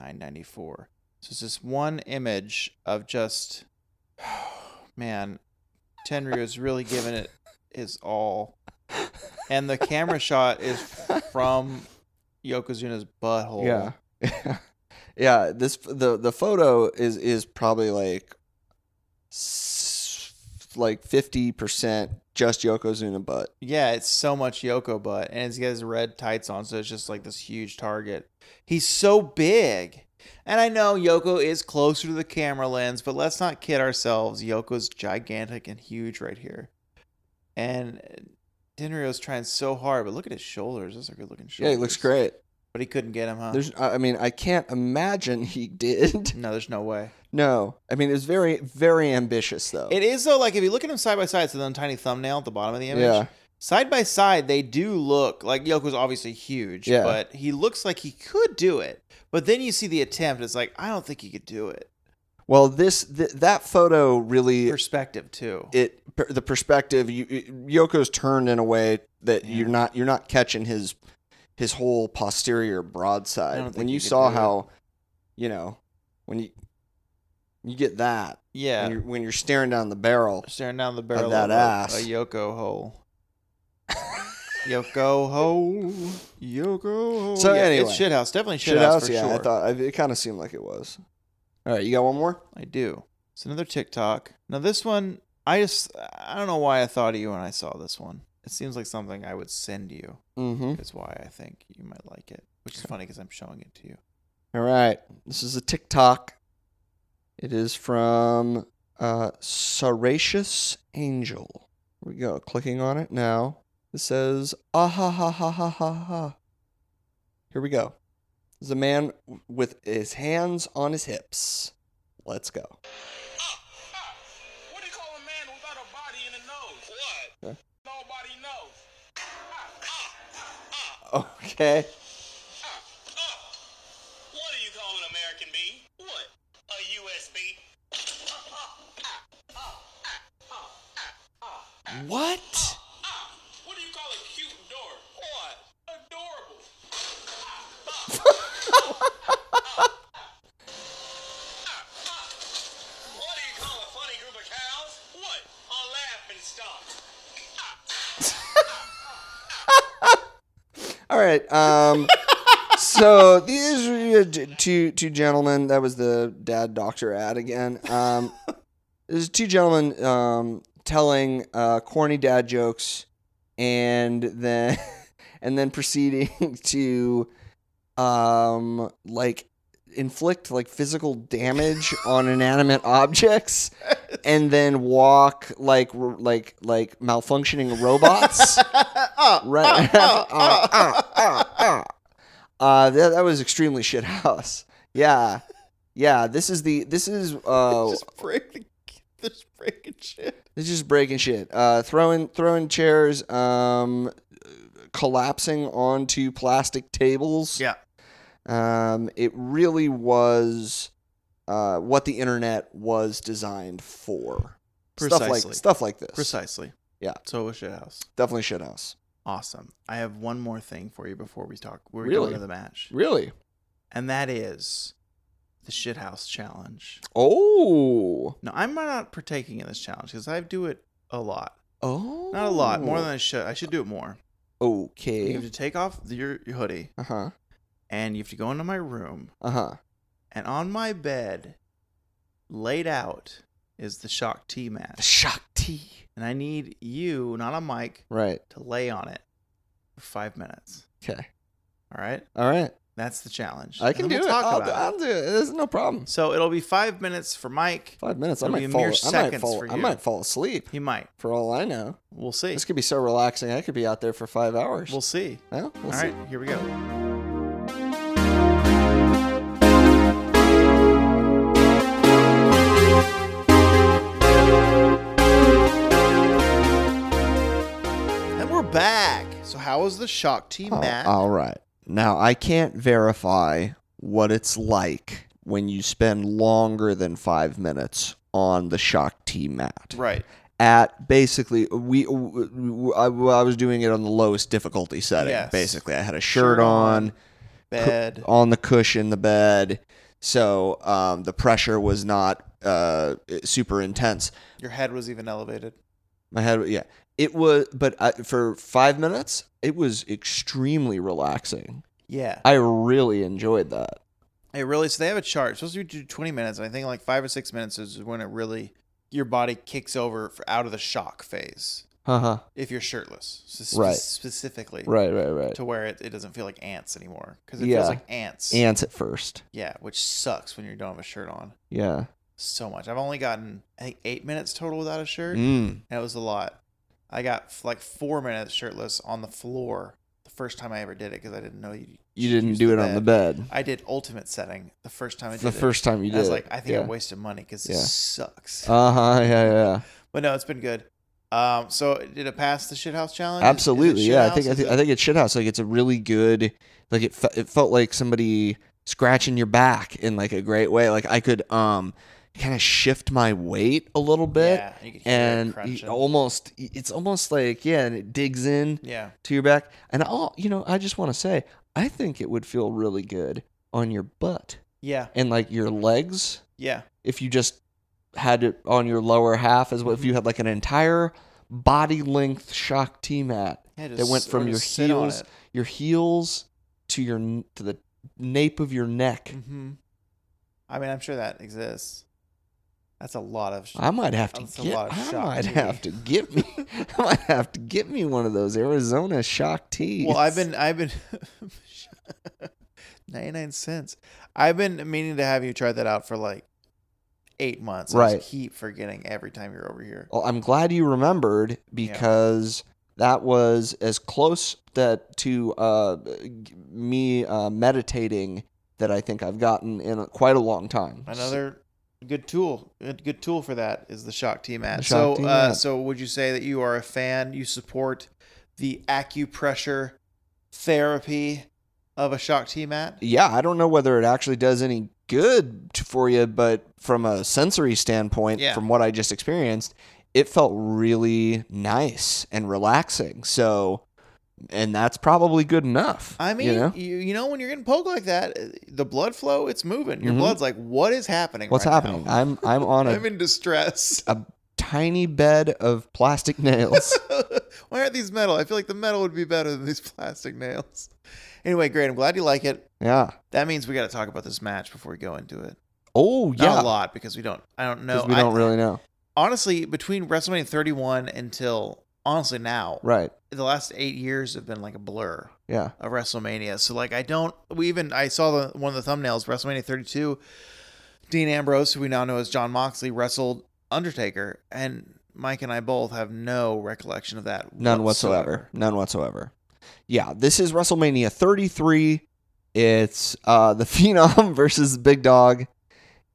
S1: 5994. So it's this one image of just man, Tenru is really giving it his all. And the camera shot is from Yokozuna's butthole.
S2: Yeah. yeah, this the the photo is is probably like s- like 50% just Yokozuna butt.
S1: Yeah, it's so much Yoko butt, and he's got his red tights on, so it's just like this huge target. He's so big. And I know Yoko is closer to the camera lens, but let's not kid ourselves. Yoko's gigantic and huge right here. And Denrio's trying so hard, but look at his shoulders. Those are good looking shoulders.
S2: Yeah, he looks great.
S1: But he couldn't get him, huh?
S2: There's, I I mean, I can't imagine he did.
S1: no, there's no way.
S2: No, I mean, it was very, very ambitious though.
S1: It is though, like if you look at them side by side, so the tiny thumbnail at the bottom of the image.
S2: Yeah.
S1: Side by side, they do look like Yoko's obviously huge,
S2: Yeah.
S1: but he looks like he could do it. But then you see the attempt, it's like, I don't think he could do it.
S2: Well, this th- that photo really
S1: Perspective too.
S2: it per, the perspective. You, it- Yoko's turned in a way that
S1: Yeah.
S2: you're not you're not catching his his whole posterior
S1: I don't
S2: broadside.
S1: think
S2: When
S1: he
S2: you
S1: could
S2: saw
S1: do it.
S2: how, you know, when you you get that when,
S1: yeah.
S2: you're, when you're staring down the barrel.
S1: Staring down the barrel
S2: that
S1: of a-
S2: ass.
S1: a Yoko hole. Yoko hole. Yoko hole.
S2: So
S1: yeah,
S2: anyway.
S1: it's shithouse. Definitely shithouse,
S2: Shit house,
S1: for
S2: yeah.
S1: sure.
S2: I thought I, it kind of seemed like it was. All right, you got one more.
S1: I do. It's another TikTok. Now this one, I just I don't know why I thought of you when I saw this one. It seems like something I would send you.
S2: Mm-hmm.
S1: Is why I think you might like it, which is funny because I'm showing it to you.
S2: All right. This is a TikTok. It is from uh, Saracious Angel. Here we go. Clicking on it now. It says, ah ha ha ha ha ha ha. Here we go. This is a man w- with his hands on his hips. Let's go.
S5: What do you call a man without a body and a nose? What?
S2: Huh?
S5: Nobody knows.
S2: Okay.
S5: What do you call an American bee? What? A USB.
S2: What?
S5: Ah, What do you call a cute door? What? Adorable. Ah, What do you call a funny group of cows? What? A laughing stock. Ah,
S2: All right. Um. so these are t- two two gentlemen. That was the dad doctor ad again. Um. There's two gentlemen um telling uh corny dad jokes, and then and then proceeding to um like inflict like physical damage on inanimate objects and then walk like r- like like malfunctioning robots right. Uh, uh, uh, uh. Uh, that, that was extremely shit house. Yeah, yeah. This is the this is uh,
S1: Just break the this breaking shit.
S2: it's just breaking shit. Uh, throwing throwing chairs, um, collapsing onto plastic tables.
S1: Yeah.
S2: Um, it really was uh, what the internet was designed for. Stuff
S1: Precisely.
S2: like stuff like this.
S1: Precisely.
S2: Yeah.
S1: So was Shithouse.
S2: Definitely shit house.
S1: Awesome. I have one more thing for you before we talk. We're
S2: Really?
S1: going to the match.
S2: Really?
S1: And that is the Shithouse Challenge.
S2: Oh.
S1: Now, I'm not partaking in this challenge because I do it a lot.
S2: Oh.
S1: Not a lot, more than I should. I should do it more. You have
S2: Okay.
S1: to take off your, your hoodie
S2: Uh huh.
S1: and you have to go into my room.
S2: Uh huh.
S1: And on my bed, laid out, is the shock tea mat.
S2: Shakti.
S1: And I need you, not a mic,
S2: Right.
S1: to lay on it for five minutes.
S2: Okay.
S1: All right?
S2: All right.
S1: That's the challenge.
S2: I
S1: And
S2: can
S1: then
S2: do
S1: we'll
S2: it. I'll,
S1: about
S2: I'll do it. There's no problem.
S1: So it'll be five minutes for Mike.
S2: Five minutes. I
S1: It'll be
S2: might
S1: a
S2: fall.
S1: mere
S2: I might
S1: seconds
S2: fall.
S1: for
S2: I
S1: you.
S2: might fall asleep.
S1: He might.
S2: For all I know,
S1: We'll see.
S2: this could be so relaxing. I could be out there for five hours.
S1: We'll see.
S2: well, we'll
S1: All
S2: see.
S1: right, here we go. And we're back. So how was the shock team,
S2: All-
S1: Matt?
S2: Oh, all right. Now, I can't verify what it's like when you spend longer than five minutes on the shock T mat.
S1: Right.
S2: At basically, we, w- w- I, I was doing it on the lowest difficulty setting.
S1: Yes.
S2: Basically, I had a shirt
S1: Shirt
S2: on,
S1: Bed.
S2: on the cushion, the bed. So um, the pressure was not uh, super intense.
S1: Your head was even elevated.
S2: My head, yeah. It was, but I, for five minutes, it was extremely relaxing.
S1: Yeah.
S2: I really enjoyed that.
S1: It really so they have a chart. It's supposed to do twenty minutes, and I think like five or six minutes is when it really your body kicks over for, out of the shock phase
S2: Uh huh.
S1: if you're shirtless, so spe-
S2: Right.
S1: Specifically,
S2: Right, right, right.
S1: to where it, it doesn't feel like ants anymore because it
S2: Yeah.
S1: feels like ants.
S2: Ants at first.
S1: yeah, which sucks when you don't have a shirt on
S2: Yeah.
S1: so much. I've only gotten I think eight minutes total without a shirt,
S2: Mm.
S1: and it was a lot. I got f- like four minutes shirtless on the floor the first time I ever did it because I didn't know you.
S2: You didn't
S1: Use
S2: do
S1: the
S2: it on the bed.
S1: I did ultimate setting the first time I did
S2: The
S1: it.
S2: first time you
S1: And
S2: did.
S1: I was like, I think
S2: yeah.
S1: I wasted money because
S2: Yeah.
S1: this sucks.
S2: Uh huh. Yeah, yeah.
S1: but no, it's been good. Um, so did it pass the shithouse challenge? Is- is it
S2: Absolutely. yeah. I think
S1: shithouse?
S2: I
S1: Is
S2: think
S1: it-
S2: I think it's shithouse. Like it's a really good. Like it. Fe- it felt like somebody scratching your back in like a great way. Like I could um kind of shift my weight a little bit.
S1: yeah, you could hear it
S2: And y-
S1: crunching.
S2: almost, it's almost like yeah, and it digs in.
S1: yeah,
S2: to your back. And I'll, you know, I just want to say, I think it would feel really good on your butt
S1: yeah,
S2: and like your legs
S1: yeah,
S2: if you just had it on your lower half as well.
S1: Mm-hmm.
S2: If you had like an entire body length shock T mat
S1: yeah
S2: that went
S1: or
S2: from your
S1: just sit on
S2: heels,
S1: it.
S2: your heels to your n- to the nape of your neck.
S1: Mhm. I mean, I'm sure that exists. That's a lot of. Sh-
S2: I might have to
S1: That's a
S2: get.
S1: lot of
S2: I
S1: shock
S2: might
S1: tea.
S2: have to get me. I might have to get me one of those Arizona shock tees.
S1: well, I've been, I've been, 99 cents. I've been meaning to have you try that out for like eight months. I
S2: Right. Oh,
S1: just keep forgetting every time you're over here.
S2: Well, I'm glad you remembered because that was as close that to uh, g- me uh, meditating that I think I've gotten in a, quite a long time.
S1: Another good tool, good, good tool for that is the Shock T mat.
S2: The
S1: So,
S2: Shock T
S1: uh,
S2: mat.
S1: so would you say that you are a fan? You support the acupressure therapy of a Shock T mat?
S2: yeah, I don't know whether it actually does any good t- for you, but from a sensory standpoint,
S1: Yeah.
S2: from what I just experienced, it felt really nice and relaxing. So, and that's probably good enough.
S1: I mean,
S2: you know?
S1: you, you know, when you're getting poked like that, uh, the blood flow, it's moving. Your
S2: Mhm.
S1: blood's like, what is happening?
S2: what's
S1: right
S2: happening?
S1: Now?
S2: I'm I'm on a
S1: I'm in distress.
S2: a tiny bed of plastic nails.
S1: Why aren't these metal? I feel like the metal would be better than these plastic nails. Anyway, great. I'm glad you like it.
S2: yeah.
S1: That means we got to talk about this match before we go into it.
S2: Oh
S1: Not
S2: yeah.
S1: a lot because we don't. I don't know.
S2: Because we don't
S1: I-
S2: really know.
S1: honestly between WrestleMania 31 until honestly now,
S2: Right.
S1: the last eight years have been like a blur
S2: Yeah.
S1: of WrestleMania. So like I don't we even I saw the one of the thumbnails WrestleMania 32 Dean Ambrose who we now know as John Moxley wrestled Undertaker and Mike and I both have no recollection of that
S2: None whatsoever. None whatsoever. Yeah. This is WrestleMania 33. It's uh, the Phenom versus Big Dog,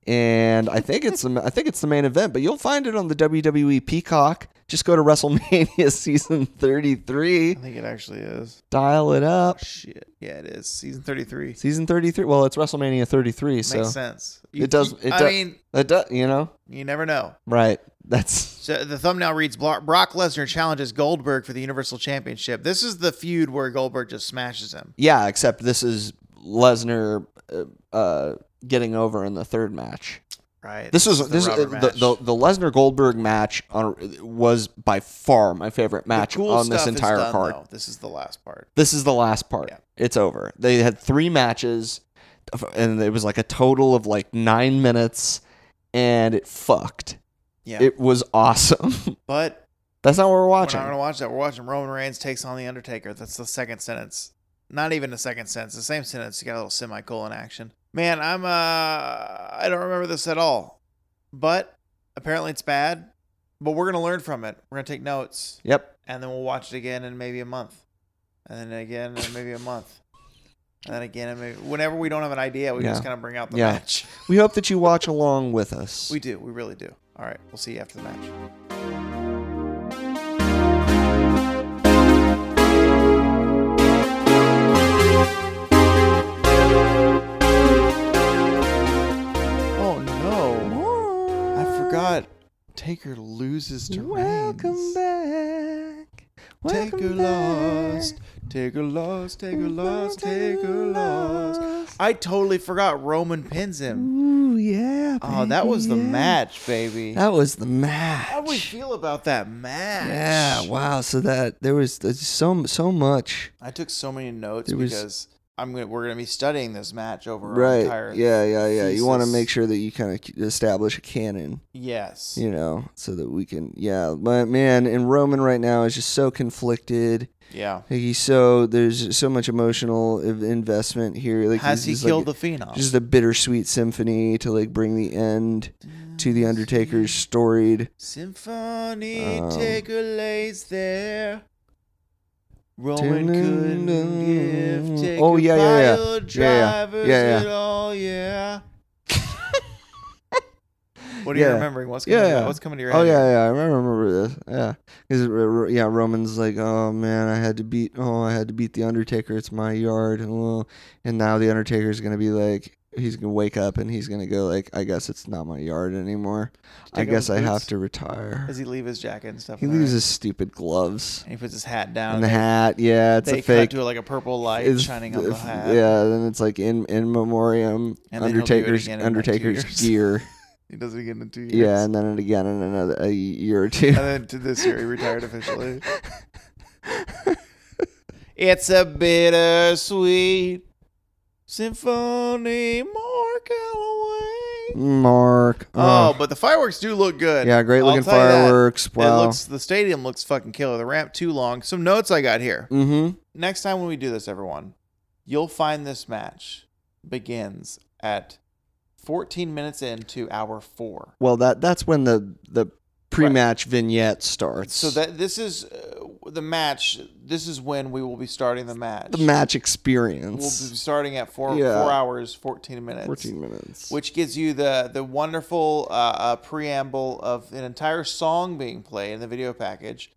S2: and I think it's the I think it's the main event. But you'll find it on the WWE E Peacock. Just go to WrestleMania season 33,
S1: I think it actually is.
S2: dial it up.
S1: Oh, Shit. Yeah, it is. Season 33.
S2: Season 33. Well, it's WrestleMania 33, so
S1: Makes sense.
S2: it does- it
S1: I
S2: do-
S1: mean,
S2: it does, you know.
S1: you never know.
S2: Right. That's
S1: So the thumbnail reads Bro- Brock Lesnar challenges Goldberg for the Universal Championship. This is the feud where Goldberg just smashes him.
S2: yeah, except this is Lesnar uh, uh getting over in the third match.
S1: Right.
S2: This was
S1: is
S2: this
S1: rubber
S2: the the, the,
S1: match.
S2: Lesnar Goldberg match on, was by far my favorite
S1: The
S2: match
S1: cool
S2: on this
S1: stuff is
S2: entire
S1: done,
S2: card.
S1: though. This is the last part.
S2: This is the last part.
S1: Yeah.
S2: It's over. They had three matches, uh, and it was like a total of like nine minutes, and it fucked.
S1: Yeah.
S2: It was awesome.
S1: but
S2: That's not what we're
S1: we're not
S2: watching.
S1: going to watch that. We're watching Roman Reigns takes on The Undertaker. That's the second sentence. Not even the second sentence. The same sentence. You got a little semicolon action. Man, I'm uh I don't remember this at all. But apparently it's bad. But we're going to learn from it. We're going to take notes.
S2: Yep.
S1: and then we'll watch it again in maybe a month, and then again in maybe a month, and then again in maybe whenever we don't have an idea, we
S2: Yeah.
S1: just kind of bring out the
S2: Yeah.
S1: match.
S2: We hope that you watch along with us.
S1: We do, we really do. All right, we'll see you after the match. Oh no, I forgot. Taker loses to
S2: Welcome
S1: Reigns.
S2: back.
S1: Take a
S2: Welcome
S1: loss.
S2: back.
S1: Take a loss. Take a loss. Take a loss. I totally forgot Roman pins him.
S2: Ooh yeah.
S1: Oh, that was the
S2: baby, yeah.
S1: match, baby.
S2: That was the match.
S1: How do we feel about that match?
S2: Yeah, wow. So that there was there's so so much.
S1: I took so many notes
S2: It was-
S1: because I'm gonna we're gonna be studying this match over our
S2: Right.
S1: entire
S2: Yeah, yeah, yeah. You want to
S1: thesis.
S2: make sure that you kind of establish a canon,
S1: Yes.
S2: you know, so that we can yeah. But man, and Roman right now is just so conflicted.
S1: Yeah.
S2: Like he's so there's so much emotional i- investment here. Like
S1: Has he
S2: he's just
S1: killed
S2: like,
S1: the phenom?
S2: just a bittersweet symphony to like bring the end to the Undertaker's storied
S1: Symphony
S2: Um,
S1: Taker lays there. Roman couldn't give
S2: Dun-dun-dun.
S1: take
S2: Oh, yeah, yeah, yeah. Yeah, yeah.
S1: drivers
S2: Yeah, yeah.
S1: at all, yeah. what are you
S2: Yeah.
S1: remembering? What's coming,
S2: Yeah,
S1: yeah,
S2: yeah.
S1: What's coming to your head?
S2: Oh yeah, yeah, I remember, remember this. Yeah, 'Cause, uh, Ro- yeah, Roman's like, oh man, I had to beat, oh, I had to beat the Undertaker. It's my yard, and well, and now the Undertaker's gonna be like, he's gonna wake up and he's gonna go like, I guess it's not my yard anymore.
S1: Did you
S2: I
S1: take off
S2: guess
S1: his
S2: I have
S1: boots?
S2: to retire.
S1: Does he leave his jacket and stuff?
S2: He
S1: in there?
S2: leaves his stupid gloves
S1: And he puts his hat down.
S2: and the
S1: they-
S2: hat. Yeah, it's
S1: They
S2: a
S1: cut
S2: fake.
S1: to like a purple light
S2: it's-
S1: shining on the
S2: if-
S1: hat.
S2: Yeah, then it's like in in memoriam
S1: And then he'll do it
S2: Undertaker's
S1: again in, like, two
S2: Undertaker's
S1: years.
S2: gear.
S1: He does it again in two years.
S2: Yeah, and then again in another a year or two.
S1: And then to this year, he retired officially. It's a bittersweet symphony, Mark Calloway.
S2: Mark.
S1: Oh, but the fireworks do look good.
S2: yeah, great
S1: I'll
S2: looking
S1: tell you that.
S2: fireworks. Wow.
S1: It looks the stadium looks fucking killer. The ramp too long. Some notes I got here.
S2: mm-hmm.
S1: Next time when we do this, everyone, you'll find this match begins at 14 minutes into hour four.
S2: Well, that that's when the the pre-match vignette starts.
S1: So that this is uh, the match. This is when we will be starting the match.
S2: the match
S1: We'll be
S2: experience.
S1: starting at four
S2: Yeah.
S1: four hours 14 minutes.
S2: Fourteen minutes.
S1: which gives you the the wonderful uh, uh, preamble of an entire song being played in the video package.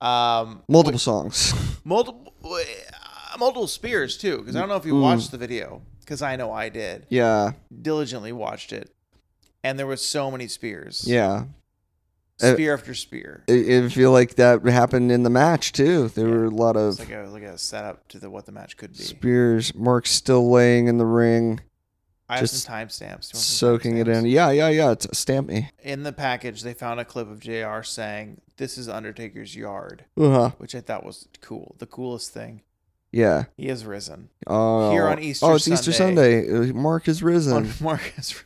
S1: Um,
S2: multiple songs.
S1: multiple uh, multiple spears too, because I don't know if you
S2: Mm.
S1: watched the video, because I know I did
S2: yeah,
S1: diligently watched it, and there was so many spears,
S2: yeah. Uh,
S1: spear after spear.
S2: It, it feel like that happened in the match too. There were a lot of
S1: It's like a like a setup to the what the match could be.
S2: spears. Mark's still laying in the ring,
S1: I have
S2: just
S1: some timestamps. Do you want some
S2: soaking it
S1: timestamps?
S2: in. Yeah, yeah, yeah. It's stamp me.
S1: In the package, they found a clip of Jr. saying, "This is Undertaker's yard,"
S2: Uh huh.
S1: which I thought was cool, the coolest thing.
S2: Yeah.
S1: He is risen.
S2: Oh.
S1: Here on Easter
S2: Oh, it's Easter
S1: Sunday.
S2: Sunday. Uh, Mark is risen.
S1: On Marcus.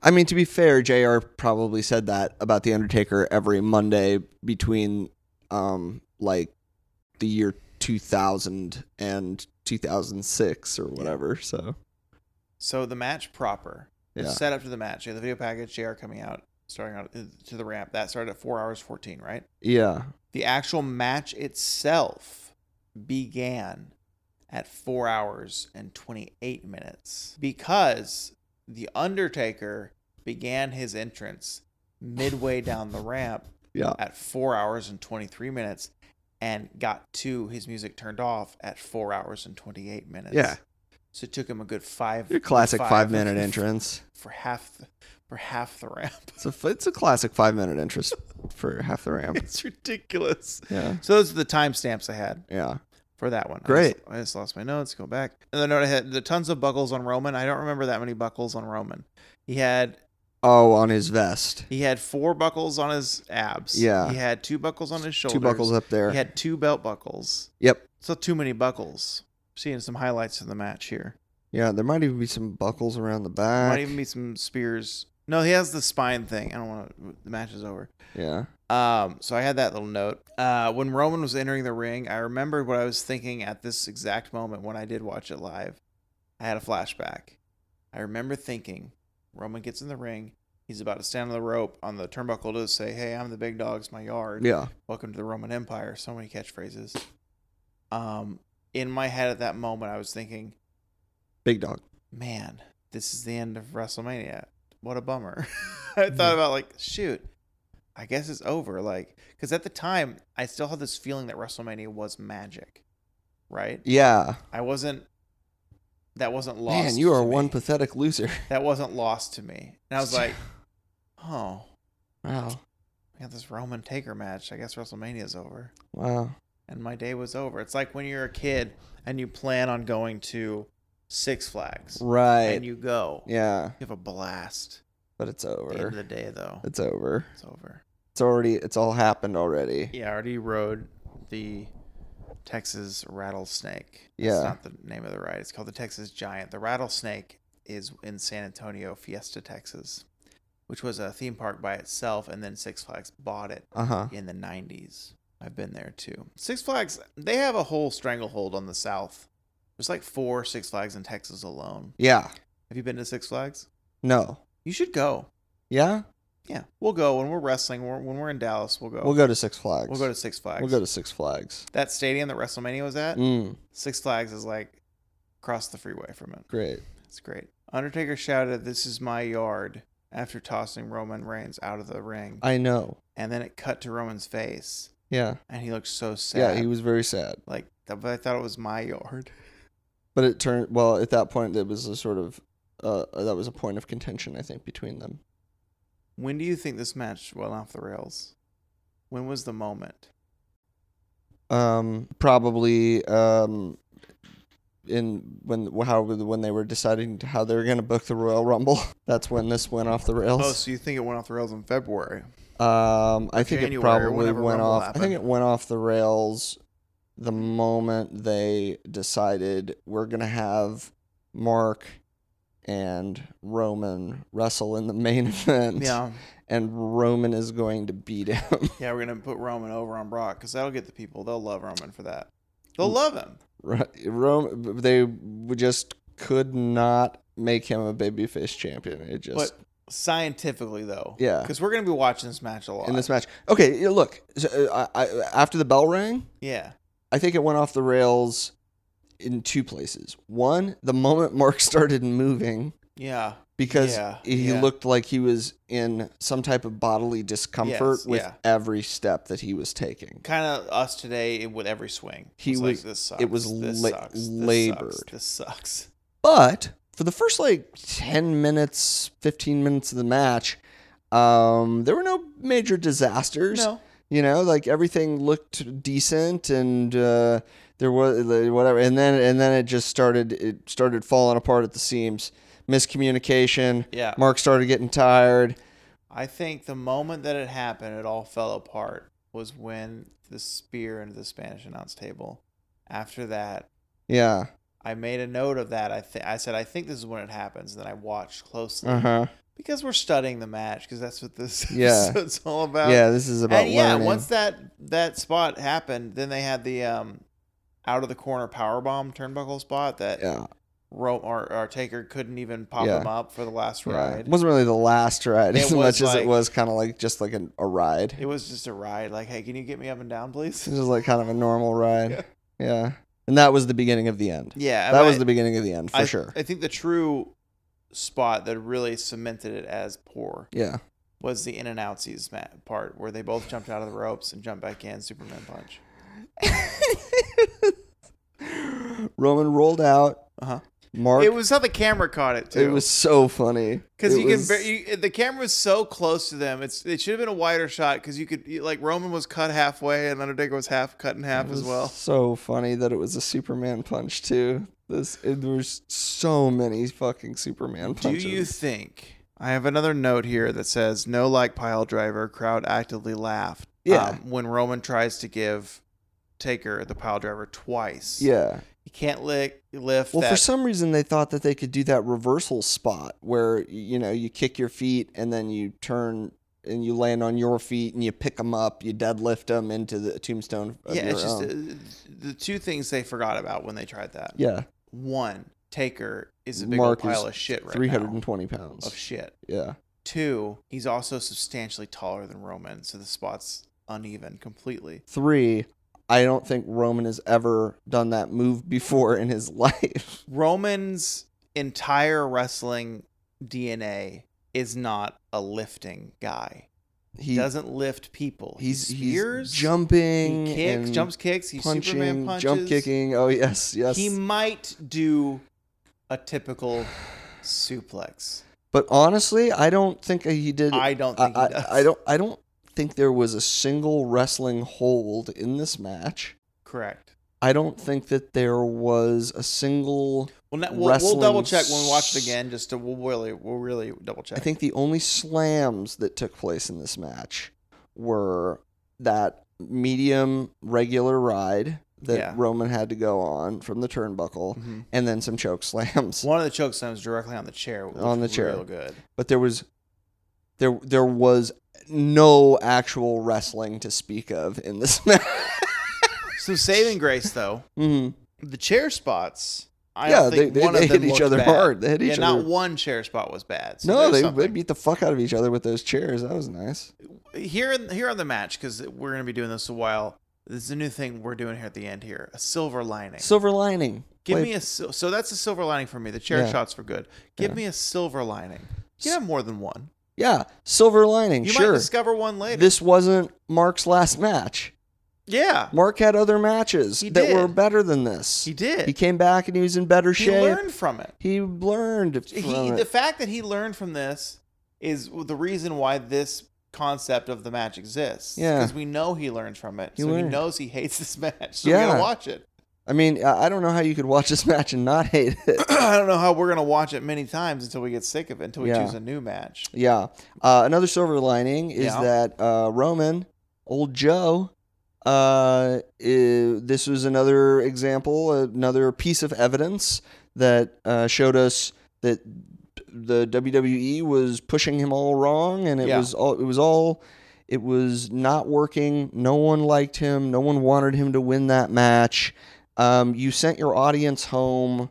S2: I mean, to be fair, JR probably said that about The Undertaker every Monday between um like the year 2000 and 2006 or whatever. So,
S1: So the match proper, the
S2: Yeah.
S1: setup to the match, you have the video package, JR coming out, starting out uh, to the ramp. That started at four hours fourteen, right?
S2: yeah.
S1: The actual match itself began at four hours and twenty eight minutes because the Undertaker began his entrance midway down the ramp
S2: Yeah.
S1: at four hours and 23 minutes and got to his music turned off at four hours and 28 minutes.
S2: Yeah.
S1: So it took him a good five.
S2: Your classic
S1: five-
S2: five minute entrance.
S1: For half, the, for half the ramp.
S2: It's a, f- it's a classic five minute entrance for half the ramp.
S1: It's ridiculous.
S2: Yeah.
S1: So those are the timestamps I had
S2: Yeah.
S1: for that one. I
S2: Great.
S1: just- I just, lost my notes. Go back. And the note I had the tons of buckles on Roman. I don't remember that many buckles on Roman. He had
S2: Oh, on his vest.
S1: he had four buckles on his abs.
S2: Yeah.
S1: He had two buckles on his shoulders.
S2: Two buckles up there.
S1: He had two belt buckles.
S2: Yep.
S1: Still too many buckles. Seeing some highlights of the match here.
S2: Yeah. There might even be some buckles around the back.
S1: Might even be some spears. No, he has the spine thing. I don't want to. The match is over.
S2: yeah.
S1: Um, so I had that little note. Uh, when Roman was entering the ring, I remembered what I was thinking at this exact moment when I did watch it live. I had a flashback. I remember thinking, Roman gets in the ring. He's about to stand on the rope on the turnbuckle to say, "Hey, I'm the big dog. It's my yard.
S2: Yeah.
S1: Welcome to the Roman Empire." So many catchphrases. Um, in my head at that moment, I was thinking,
S2: Big dog.
S1: man, this is the end of WrestleMania. What a bummer. I thought about like, shoot, I guess it's over. Like, because at the time, I still had this feeling that WrestleMania was magic, right?
S2: Yeah.
S1: I wasn't. That wasn't lost.
S2: Man, you are
S1: to me.
S2: one pathetic loser.
S1: That wasn't lost to me, and I was like, oh,
S2: Wow.
S1: we got this Roman Taker match. I guess WrestleMania's over,
S2: Wow.
S1: and my day was over. It's like when you're a kid and you plan on going to Six Flags,
S2: Right.
S1: and you go.
S2: yeah.
S1: You have a blast.
S2: But it's
S1: At the end of
S2: over.
S1: the day, though,
S2: It's over.
S1: it's over.
S2: It's already. It's all happened already.
S1: Yeah, I already rode the Texas rattlesnake.
S2: Yeah.
S1: That's not the name of the ride. It's called the Texas Giant. The rattlesnake is in San Antonio, Fiesta, Texas, which was a theme park by itself, and then Six Flags bought it
S2: Uh huh.
S1: in the 90s. I've been there too. Six Flags, they have a whole stranglehold on the South. There's like four Six Flags in Texas alone.
S2: Yeah.
S1: Have you been to Six Flags?
S2: No.
S1: You should go.
S2: Yeah.
S1: Yeah, we'll go when we're wrestling. When we're, when we're in Dallas, we'll go.
S2: We'll go to Six Flags.
S1: We'll go to Six Flags.
S2: We'll go to Six Flags.
S1: that stadium that WrestleMania was at.
S2: Mm,
S1: Six Flags is like across the freeway from it.
S2: great.
S1: It's great. Undertaker shouted, "This is my yard!" after tossing Roman Reigns out of the ring,
S2: I know.
S1: and then it cut to Roman's face,
S2: Yeah.
S1: and he looked so sad.
S2: Yeah. He was very sad,
S1: like, but I thought it was my yard.
S2: but it turned well. At that point, it was a sort of uh, that was a point of contention, I think, between them.
S1: When do you think this match went off the rails? When was the moment?
S2: Um, probably um, in when how when they were deciding how they were going to book the Royal Rumble. That's when this went off the
S1: Oh,
S2: rails.
S1: so you think it went off the rails in February?
S2: Um, I think
S1: January,
S2: it probably
S1: whenever
S2: went
S1: Rumble
S2: off. I
S1: happened.
S2: think it went off the rails the moment they decided we're gonna have Mark and Roman wrestle in the main event.
S1: Yeah,
S2: and Roman is going to beat him.
S1: yeah, we're gonna put Roman over on Brock because that'll get the people. They'll love Roman for that. They'll love him.
S2: Roman, they w- just could not make him a babyface champion. It just
S1: but scientifically though,
S2: Yeah.
S1: because we're gonna be watching this match a lot.
S2: in this match. Okay, yeah, look, so, uh, I, I, after the bell rang.
S1: yeah,
S2: I think it went off the rails in two places. One, the moment Mark started moving
S1: yeah,
S2: because
S1: Yeah,
S2: he
S1: yeah.
S2: looked like he was in some type of bodily discomfort
S1: Yes,
S2: with
S1: yeah.
S2: every step that he was taking.
S1: kind of us today with every swing.
S2: He
S1: It's like,
S2: was-
S1: this sucks.
S2: it was
S1: this
S2: la-
S1: sucks. This
S2: labored.
S1: sucks. This sucks.
S2: But for the first like 10 minutes, 15 minutes of the match, um, there were no major disasters.
S1: No,
S2: you know like everything looked decent and uh, there was whatever and then and then it just started it started falling apart at the seams miscommunication
S1: yeah,
S2: mark started getting tired
S1: I think the moment that it happened, it all fell apart. Was when the spear into the Spanish announce table. After that,
S2: yeah
S1: I made a note of that. I th- I said I think this is when it happens. Then I watched closely
S2: uh-huh
S1: because we're studying the match because that's what this
S2: Yeah.
S1: episode's all about.
S2: yeah this is about
S1: and yeah,
S2: learning.
S1: once that that spot happened, then they had the um out of the corner power bomb turnbuckle spot that
S2: yeah,
S1: Ro- or, or Taker couldn't even pop
S2: Yeah.
S1: him up for the last
S2: yeah.
S1: ride.
S2: it wasn't really the last ride
S1: It
S2: as much
S1: was
S2: as
S1: like-
S2: it was kind of like just like an, a ride
S1: It was just a ride. Like, hey, can you get me up and down,
S2: it
S1: please?
S2: was like kind of a normal ride yeah, and that was the beginning of the end
S1: Yeah,
S2: that
S1: but
S2: was
S1: I-
S2: the beginning of the end for
S1: I,
S2: sure
S1: I think the true spot that really cemented it as poor
S2: yeah
S1: was the in and outsies ma- part where they both jumped out of the ropes and jumped back in Superman punch.
S2: Roman rolled out.
S1: Uh-huh.
S2: Mark.
S1: It was how the camera caught it too.
S2: It was so funny
S1: because
S2: It
S1: you
S2: was-
S1: can bar- you, the camera was so close to them. It's it should have been a wider shot because you could you- like Roman was cut halfway and Undertaker was half cut in half
S2: it
S1: as
S2: was
S1: well.
S2: So funny that it was a Superman punch too. This it, there was so many fucking Superman
S1: Do
S2: punches.
S1: you think? I have another note here that says no like pile driver. Crowd actively laughed. um,
S2: Yeah.
S1: when Roman tries to give Taker the pile driver twice.
S2: yeah.
S1: He can't lick lift.
S2: Well,
S1: that
S2: for some reason they thought that they could do that reversal spot where y- you know you kick your feet and then you turn and you land on your feet and you pick them up, you deadlift them into the tombstone. Of
S1: yeah,
S2: your
S1: it's just uh,
S2: own.
S1: the two things they forgot about when they tried that.
S2: yeah,
S1: One, Taker is a big
S2: Mark
S1: old pile
S2: is
S1: of shit right
S2: three hundred
S1: now.
S2: and twenty pounds.
S1: Of shit.
S2: yeah,
S1: Two, he's also substantially taller than Roman, so the spot's uneven completely.
S2: three. I don't think Roman has ever done that move before in his life.
S1: Roman's entire wrestling DNA is not a lifting guy. He
S2: He
S1: doesn't lift people.
S2: He's
S1: he spears,
S2: he's jumping,
S1: he kicks,
S2: and
S1: jumps kicks, he's
S2: punching,
S1: Superman punches.
S2: jump kicking. Oh yes, yes.
S1: He might do a typical suplex.
S2: but honestly, I don't think he did.
S1: I don't think
S2: I,
S1: he does.
S2: I don't. I don't think there was a single wrestling hold in this match.
S1: Correct.
S2: I don't think that there was a single.
S1: Well, no, we'll, we'll double
S2: Wrestling
S1: check when we watch it
S2: s-
S1: again. Just to we'll really, we'll really double check.
S2: I think the only slams that took place in this match were that medium regular ride that
S1: Yeah.
S2: Roman had to go on from the turnbuckle,
S1: Mhm.
S2: and then some choke slams.
S1: one of the choke slams directly on the chair. which
S2: On
S1: was
S2: the chair.
S1: real good.
S2: but there was there there was no actual wrestling to speak of in this match.
S1: Some saving grace though.
S2: Mhm.
S1: The chair spots. I
S2: Yeah,
S1: don't think
S2: they- they-
S1: one
S2: they
S1: of them
S2: hit each
S1: looked
S2: other
S1: bad.
S2: hard. They hit
S1: yeah,
S2: each
S1: not
S2: other-
S1: one chair spot was bad. So
S2: no,
S1: there's
S2: they, they
S1: something.
S2: beat the fuck out of each other with those chairs. That was nice.
S1: here in here on the match because we're gonna be doing this a while. This is a new thing we're doing here at the end here. A silver lining.
S2: Silver lining.
S1: Give
S2: Play-
S1: me a sil- so that's a silver lining for me. The chair
S2: Yeah.
S1: shots were good. Give
S2: Yeah.
S1: me a silver lining. You can have more than one.
S2: yeah, silver lining.
S1: You might
S2: sure,
S1: discover one later.
S2: this wasn't Mark's last match.
S1: yeah,
S2: Mark had other matches
S1: He
S2: that
S1: did.
S2: were better than this.
S1: he did.
S2: He came back and he was in better
S1: He
S2: shape.
S1: learned from it.
S2: He learned. from
S1: He,
S2: it.
S1: the fact that he learned from this is the reason why this concept of the match exists.
S2: Yeah.
S1: because we know he learns from it,
S2: He
S1: so he
S2: learned.
S1: knows he hates this match. So we gotta
S2: Yeah.
S1: watch it.
S2: I mean, I I don't know how you could watch this match and not hate it.
S1: I don't know how we're gonna watch it many times until we get sick of it, until we
S2: Yeah.
S1: choose a new match.
S2: Yeah. Uh, another silver lining is
S1: Yeah.
S2: that uh, Roman, old Joe, uh, i- this was another example, another piece of evidence that uh, showed us that the WWE was pushing him all wrong, and it
S1: Yeah.
S2: was all it was all it was not working. No one liked him. No one wanted him to win that match. Um, you sent your audience home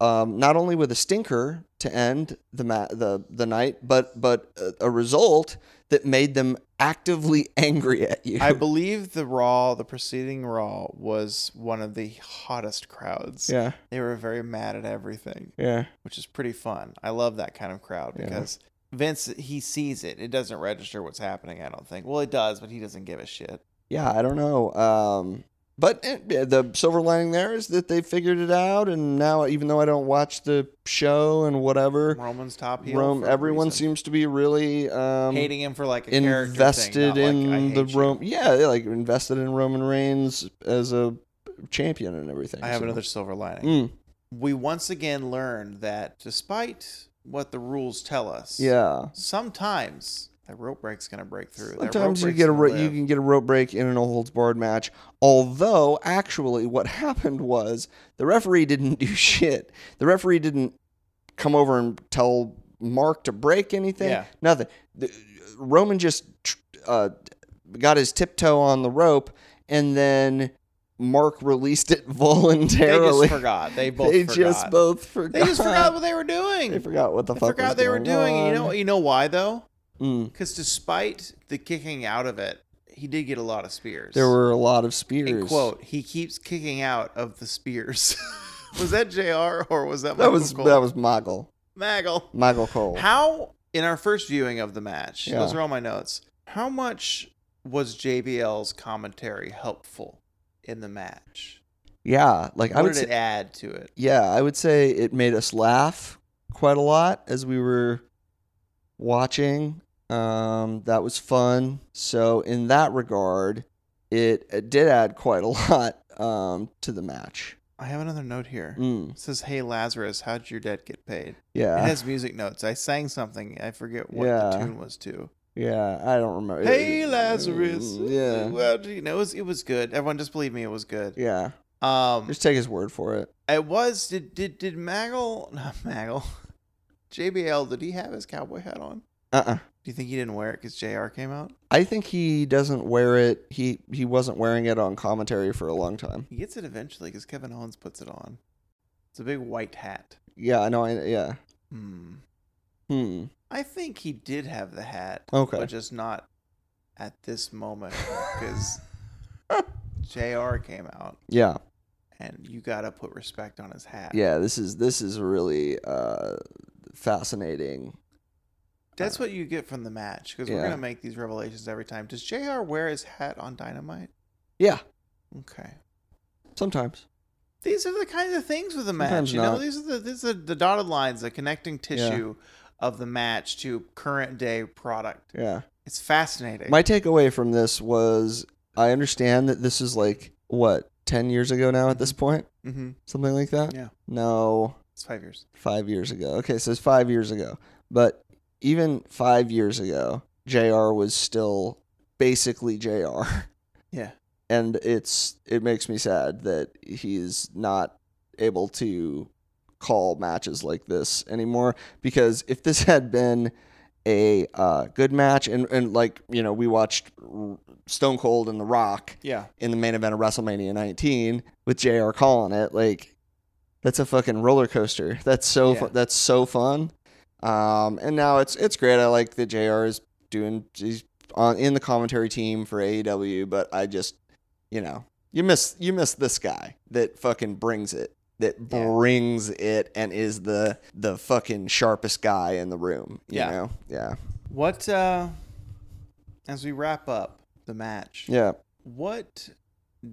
S2: um, not only with a stinker to end the ma- the the night, but but a, a result that made them actively angry at you.
S1: I believe the Raw, the preceding Raw, was one of the hottest crowds.
S2: yeah,
S1: They were very mad at everything,
S2: yeah,
S1: which is pretty fun. I love that kind of crowd
S2: Yeah.
S1: because Vince, he sees it. It doesn't register what's happening, I don't think. Well, it does, but he doesn't give a shit.
S2: yeah. I don't know. Um, but eh, yeah, the silver lining there is that they figured it out, and now even though I don't watch the show and whatever,
S1: Roman's top heel.
S2: Rome,
S1: for a
S2: everyone
S1: reason.
S2: seems to be really um,
S1: hating him for like a
S2: invested
S1: character thing,
S2: in
S1: not like, I
S2: the
S1: hate you.
S2: Rome. Yeah, they, like invested in Roman Reigns as a champion and everything.
S1: I have
S2: so-
S1: another silver lining.
S2: Mm,
S1: We once again learned that despite what the rules tell us,
S2: yeah.
S1: sometimes that rope break's gonna break through. That rope
S2: Sometimes you
S1: break's
S2: get a
S1: gonna
S2: ro-
S1: live.
S2: you can get a rope break in an old holds barred match. Although actually, what happened was the referee didn't do shit. The referee didn't come over and tell Mark to break anything.
S1: Yeah.
S2: Nothing. The, Roman just tr- uh, got his tiptoe on the rope, and then Mark released it
S1: They
S2: voluntarily.
S1: just forgot. They both
S2: They
S1: forgot.
S2: just both forgot.
S1: they just forgot what they were doing.
S2: They forgot what the
S1: They
S2: fuck.
S1: forgot
S2: was
S1: they were
S2: going
S1: doing. You know.
S2: on.
S1: You know why though?
S2: Mm.
S1: Because despite the kicking out of it, he did get a lot of spears.
S2: There were a lot of spears.
S1: And quote, he keeps kicking out of the spears. was that Jr. or was that
S2: That
S1: Michael
S2: was
S1: Cole?
S2: that was Moggle.
S1: Maggle?
S2: Michael Cole.
S1: How in our first viewing of the match,
S2: Yeah.
S1: those are all my notes. How much was JBL's commentary helpful in the match?
S2: Yeah, like I
S1: what
S2: would
S1: did
S2: say,
S1: it add to it?
S2: yeah, I would say it made us laugh quite a lot as we were watching. Um, that was fun. So in that regard, it, it did add quite a lot um, to the match.
S1: I have another note here.
S2: Mm,
S1: It says, "Hey Lazarus, how'd your debt get paid?"
S2: yeah,
S1: It has music notes. I sang something. I forget what the
S2: Yeah.
S1: tune was to.
S2: yeah. I don't remember.
S1: Hey Lazarus.
S2: Mm, Yeah,
S1: Well, you know, it was, it was good. Everyone just believe me, it was good.
S2: yeah.
S1: Um,
S2: Just take his word for it.
S1: it was. Did did did Maggle? Not Maggle. JBL. Did he have his cowboy hat on?
S2: Uh uh
S1: Do you think he didn't wear it because JR came out?
S2: I think he doesn't wear it. He he wasn't wearing it on commentary for a long time.
S1: He gets it eventually because Kevin Owens puts it on. It's a big white hat.
S2: Yeah, I know. I, yeah.
S1: Hmm.
S2: Hmm.
S1: I think he did have the hat.
S2: Okay.
S1: But just not at this moment because JR came out
S2: Yeah.
S1: and you got to put respect on his hat.
S2: Yeah. This is this is really uh, fascinating.
S1: That's what you get from the match because we're
S2: Yeah.
S1: going to make these revelations every time. Does JR wear his hat on Dynamite?
S2: Yeah.
S1: Okay.
S2: Sometimes.
S1: These are the kinds of things with the match,
S2: Sometimes
S1: you know.
S2: not.
S1: These are the these are the dotted lines, the connecting tissue of the match to current day product.
S2: Yeah.
S1: It's fascinating.
S2: My takeaway from this was I understand that this is like what ten years ago now at this point,
S1: hmm
S2: something like that.
S1: Yeah.
S2: No.
S1: It's five years.
S2: five years ago. Okay, so it's five years ago. But even five years ago, JR was still basically JR.
S1: Yeah.
S2: And it's it makes me sad that he's not able to call matches like this anymore. Because if this had been a uh, good match, and, and like you know, we watched R- Stone Cold and The Rock
S1: Yeah.
S2: in the main event of WrestleMania 19 with JR calling it. Like, that's a fucking roller coaster. That's so fu-
S1: Yeah.
S2: that's so fun. Um, and now it's it's great. I like that JR is doing he's on in the commentary team for AEW, but I just you know you miss you miss this guy that fucking brings it that
S1: Yeah.
S2: brings it and is the the fucking sharpest guy in the room. You
S1: Yeah.
S2: know? Yeah.
S1: What uh as we wrap up the match,
S2: Yeah.
S1: what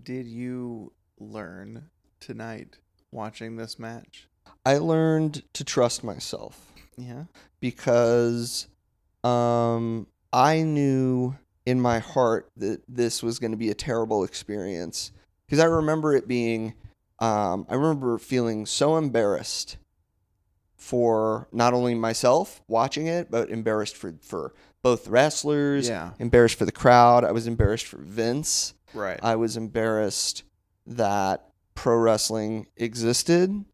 S1: did you learn tonight watching this match?
S2: I learned to trust myself.
S1: Yeah.
S2: because um, I knew in my heart that this was going to be a terrible experience. Because I remember it being, um, I remember feeling so embarrassed for not only myself watching it, but embarrassed for, for both wrestlers,
S1: Yeah.
S2: embarrassed for the crowd. I was embarrassed for Vince.
S1: Right.
S2: I was embarrassed that pro wrestling existed,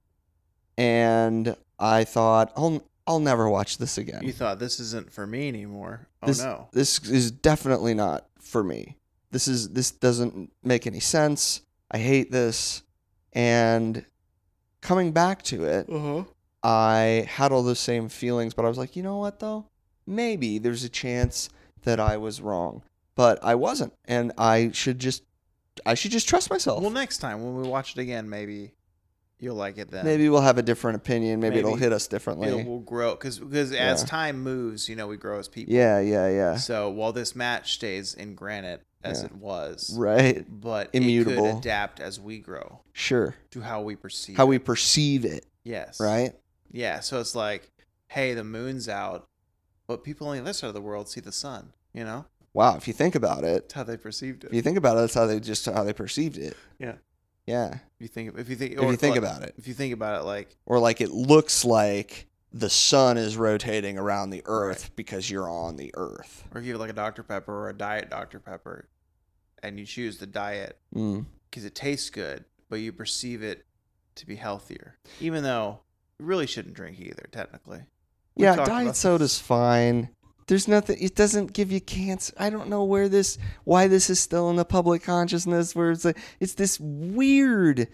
S2: and I thought I'll I'll never watch this again.
S1: you thought this isn't for me anymore. Oh
S2: this,
S1: no.
S2: this is definitely not for me. This is this doesn't make any sense. I hate this, and coming back to it,
S1: Uh-huh.
S2: I had all those same feelings, but I was like, you know what though? Maybe there's a chance that I was wrong, but I wasn't, and I should just I should just trust myself.
S1: Well, next time when we watch it again, maybe you'll like it then.
S2: Maybe we'll have a different opinion. Maybe, it'll
S1: Maybe.
S2: hit us
S1: it
S2: differently.
S1: will grow because because as
S2: Yeah.
S1: time moves, you know, we grow as people.
S2: Yeah, yeah, yeah.
S1: So while this match stays in granite as
S2: Yeah.
S1: it was,
S2: Right.
S1: but it could
S2: Immutable.
S1: adapt as we grow
S2: Sure.
S1: to how we perceive
S2: How
S1: it.
S2: we perceive it,
S1: yes
S2: right?
S1: yeah. So it's like, hey, the moon's out, but people on the other side of the world see the sun. You know,
S2: Wow, if you think about it,
S1: that's how they perceived it.
S2: if you think about it, that's how they just how they perceived it.
S1: Yeah.
S2: Yeah.
S1: If you think if you think
S2: If you think
S1: look,
S2: about it.
S1: if you think about it, like
S2: Or like it looks like the sun is rotating around the earth because you're on the earth.
S1: or if you have like a Dr Pepper or a diet Dr Pepper, and you choose the diet
S2: Mm.
S1: because it tastes good, but you perceive it to be healthier, even though you really shouldn't drink either, technically. We've
S2: Yeah,
S1: talked
S2: diet
S1: about
S2: soda's fine. There's nothing it doesn't give you cancer. I don't know where this why this is still in the public consciousness where it's like it's this weird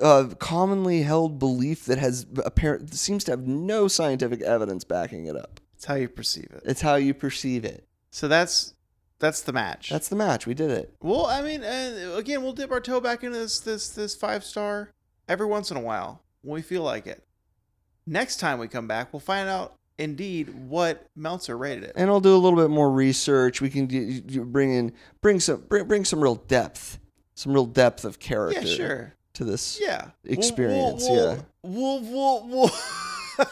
S2: uh, commonly held belief that has apparent seems to have no scientific evidence backing it up.
S1: It's how you perceive it.
S2: It's how you perceive it.
S1: So that's that's the match.
S2: That's the match. We did it.
S1: well, I mean, uh, again, we'll dip our toe back into this this this five star every once in a while when we feel like it. Next time we come back, we'll find out indeed what Meltzer rated it.
S2: and I'll do a little bit more research. We can d- d- bring in bring some bring, bring some real depth, some real depth of character
S1: Yeah, sure.
S2: to this.
S1: Yeah.
S2: experience, yeah.
S1: We'll, we'll, we'll,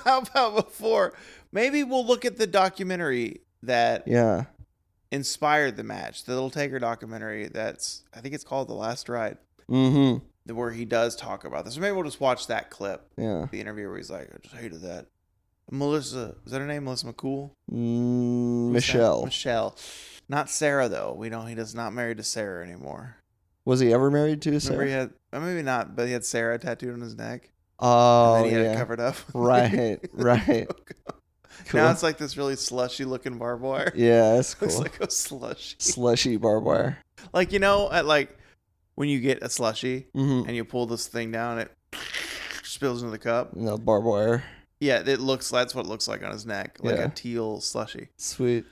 S1: how about before? Maybe we'll look at the documentary that
S2: Yeah.
S1: inspired the match, the Little Taker documentary that's, I think it's called The Last Ride,
S2: Mm-hmm.
S1: where he does talk about this. Or maybe we'll just watch that clip,
S2: Yeah.
S1: the interview where he's like, I just hated that. Melissa, is that her name? Melissa McCool?
S2: Mm,
S1: Who's that?
S2: Michelle.
S1: Michelle. Not Sarah, though. We know he does not married to Sarah anymore.
S2: Was he ever married to
S1: Remember he
S2: Sarah?
S1: had, uh, maybe not, but he had Sarah tattooed on his neck.
S2: Oh
S1: and then he had it
S2: yeah.
S1: covered up. Oh,
S2: Right. Right. Cool.
S1: Now it's like this really slushy looking barbed wire.
S2: yeah, that's cool.
S1: Looks like a slushy.
S2: Slushy barbed wire.
S1: Like you know, at like when you get a slushy
S2: Mm-hmm.
S1: and you pull this thing down, it spills into the cup.
S2: No barbed wire.
S1: Yeah, it looks. That's what it looks like on his neck, like
S2: Yeah.
S1: a teal slushy.
S2: Sweet.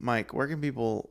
S1: Mike, where can people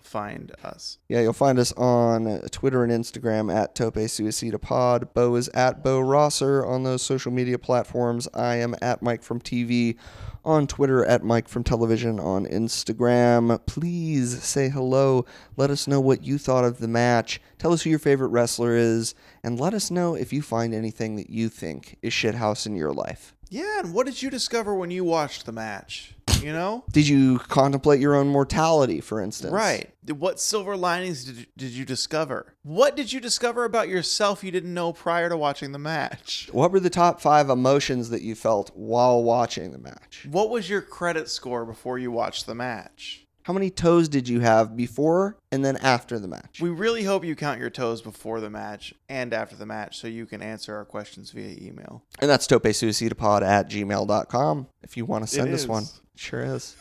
S1: find us?
S2: Yeah, you'll find us on Twitter and Instagram at Tope Suicida Pod. Bo is at Bo Rosser on those social media platforms. I am at Mike from TV on Twitter, at Mike from Television on Instagram. Please say hello. Let us know what you thought of the match. Tell us who your favorite wrestler is, and let us know if you find anything that you think is shithouse in your life.
S1: Yeah, and what did you discover when you watched the match? You know,
S2: Did you contemplate your own mortality, for instance?
S1: right? What silver linings did you, did you discover? What did you discover about yourself you didn't know prior to watching the match?
S2: What were the top five emotions that you felt while watching the match?
S1: What was your credit score before you watched the match?
S2: How many toes did you have before and then after the match?
S1: We really hope you count your toes before the match and after the match so you can answer our questions via email.
S2: and that's topesuicidapod at gmail.com if you want to send us
S1: is.
S2: one. It sure is.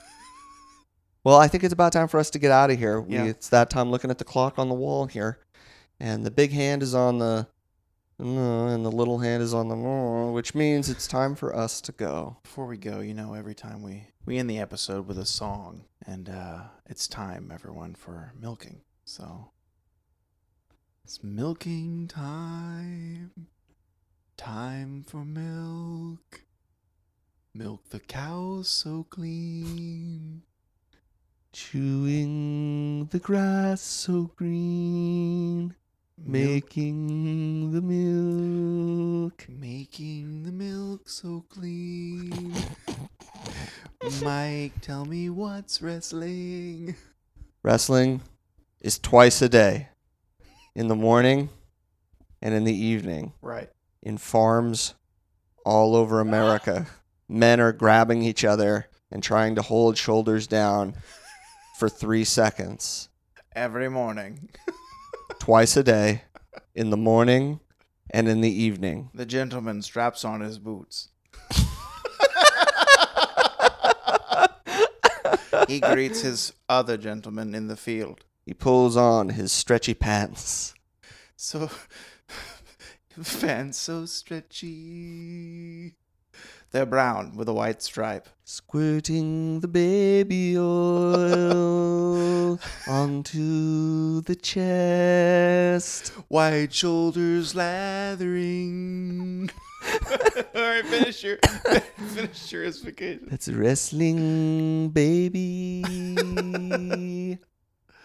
S2: well, I think it's about time for us to get out of here. We,
S1: Yeah.
S2: It's that time looking at the clock on the wall here. And the big hand is on the. mm, And the little hand is on the. mm, Which means it's time for us to go.
S1: Before we go, you know, every time we, we end the episode with a song, and uh, it's time, everyone, for milking. So it's milking time. Time for milk. Milk the cows so clean.
S2: Chewing the grass so green,
S1: Milk-
S2: making the milk.
S1: Making the milk so clean. Mike, tell me what's wrestling.
S2: Wrestling is twice a day in the morning and in the evening
S1: Right.
S2: in farms all over America. Men are grabbing each other and trying to hold shoulders down for three seconds
S1: Every morning.
S2: twice a day in the morning and in the evening.
S1: The gentleman straps on his boots. he greets his other gentleman in the field.
S2: He pulls on his stretchy pants.
S1: So fans so stretchy. They're brown with a white stripe.
S2: Squirting the baby oil onto the chest.
S1: Wide shoulders lathering. All right, finish your finish your explication.
S2: That's wrestling, baby.
S1: Oh, that's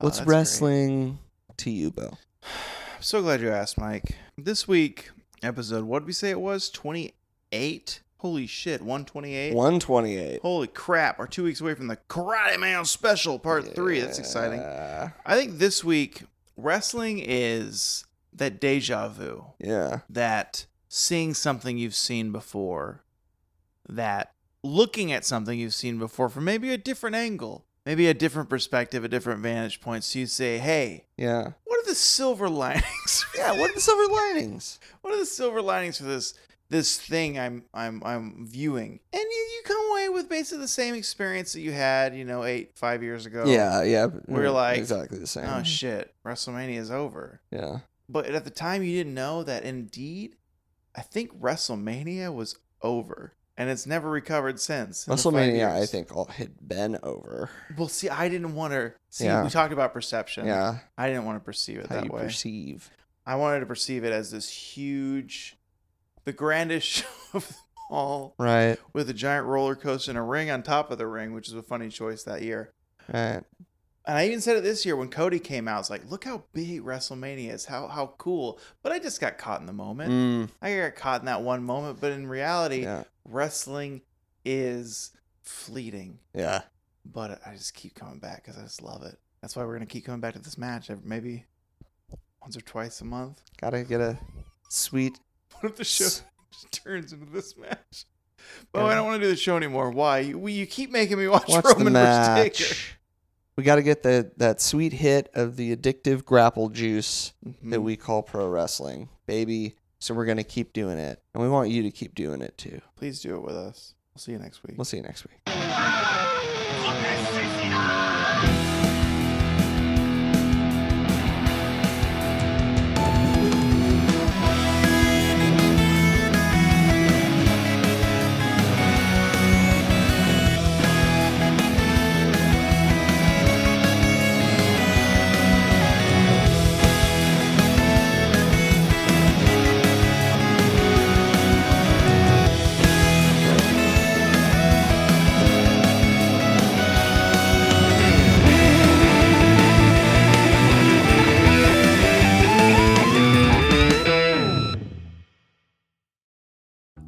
S2: What's
S1: great.
S2: wrestling to you, Bo?
S1: I'm so glad you asked, Mike. This week episode, what did we say it was? Twenty eight. Holy shit, one twenty eight.
S2: 128.
S1: Holy crap! We're two weeks away from the Karate Man Special Part Three. That's exciting.
S2: Yeah.
S1: I think this week wrestling is that deja vu.
S2: Yeah.
S1: that seeing something you've seen before, that looking at something you've seen before from maybe a different angle, maybe a different perspective, a different vantage point. So you say, hey,
S2: Yeah.
S1: what are the silver linings?
S2: Yeah. What are the silver linings?
S1: what are the silver linings for this this thing I'm I'm I'm viewing? And you, you come away with basically the same experience that you had, you know, eight five years ago.
S2: Yeah. Yeah.
S1: We're
S2: mm,
S1: like,
S2: exactly the same.
S1: Oh shit, WrestleMania is over.
S2: Yeah.
S1: But at the time, you didn't know that indeed, I think WrestleMania was over and it's never recovered since. in the five
S2: WrestleMania, I
S1: years.
S2: think, all had been over.
S1: Well, see, I didn't want to. See,
S2: Yeah.
S1: we talked about perception.
S2: Yeah.
S1: I didn't want to perceive it
S2: How
S1: that
S2: you
S1: way.
S2: perceive.
S1: I wanted to perceive it as this huge, the grandest show of them hall
S2: Right.
S1: with a giant roller coaster and a ring on top of the ring, which is a funny choice that year.
S2: Right.
S1: And I even said it this year when Cody came out. It's like, look how big WrestleMania is, how how cool. But I just got caught in the moment.
S2: Mm,
S1: I got caught in that one moment. But in reality,
S2: yeah.
S1: wrestling is fleeting.
S2: Yeah.
S1: But I just keep coming back because I just love it. That's why we're gonna keep coming back to this match. ev- Maybe once or twice a month.
S2: Gotta get a sweet.
S1: What if the show
S2: s-
S1: just turns into this match? But I don't want to do the show anymore. Why? You, you keep making me watch,
S2: Watch the
S1: Roman versus Taker.
S2: match. We gotta get the that sweet hit of the addictive grapple juice
S1: Mhm.
S2: that we call pro wrestling, baby. So we're gonna keep doing it, and we want you to keep doing it too.
S1: Please do it with us. We'll see you next week.
S2: We'll see you next week.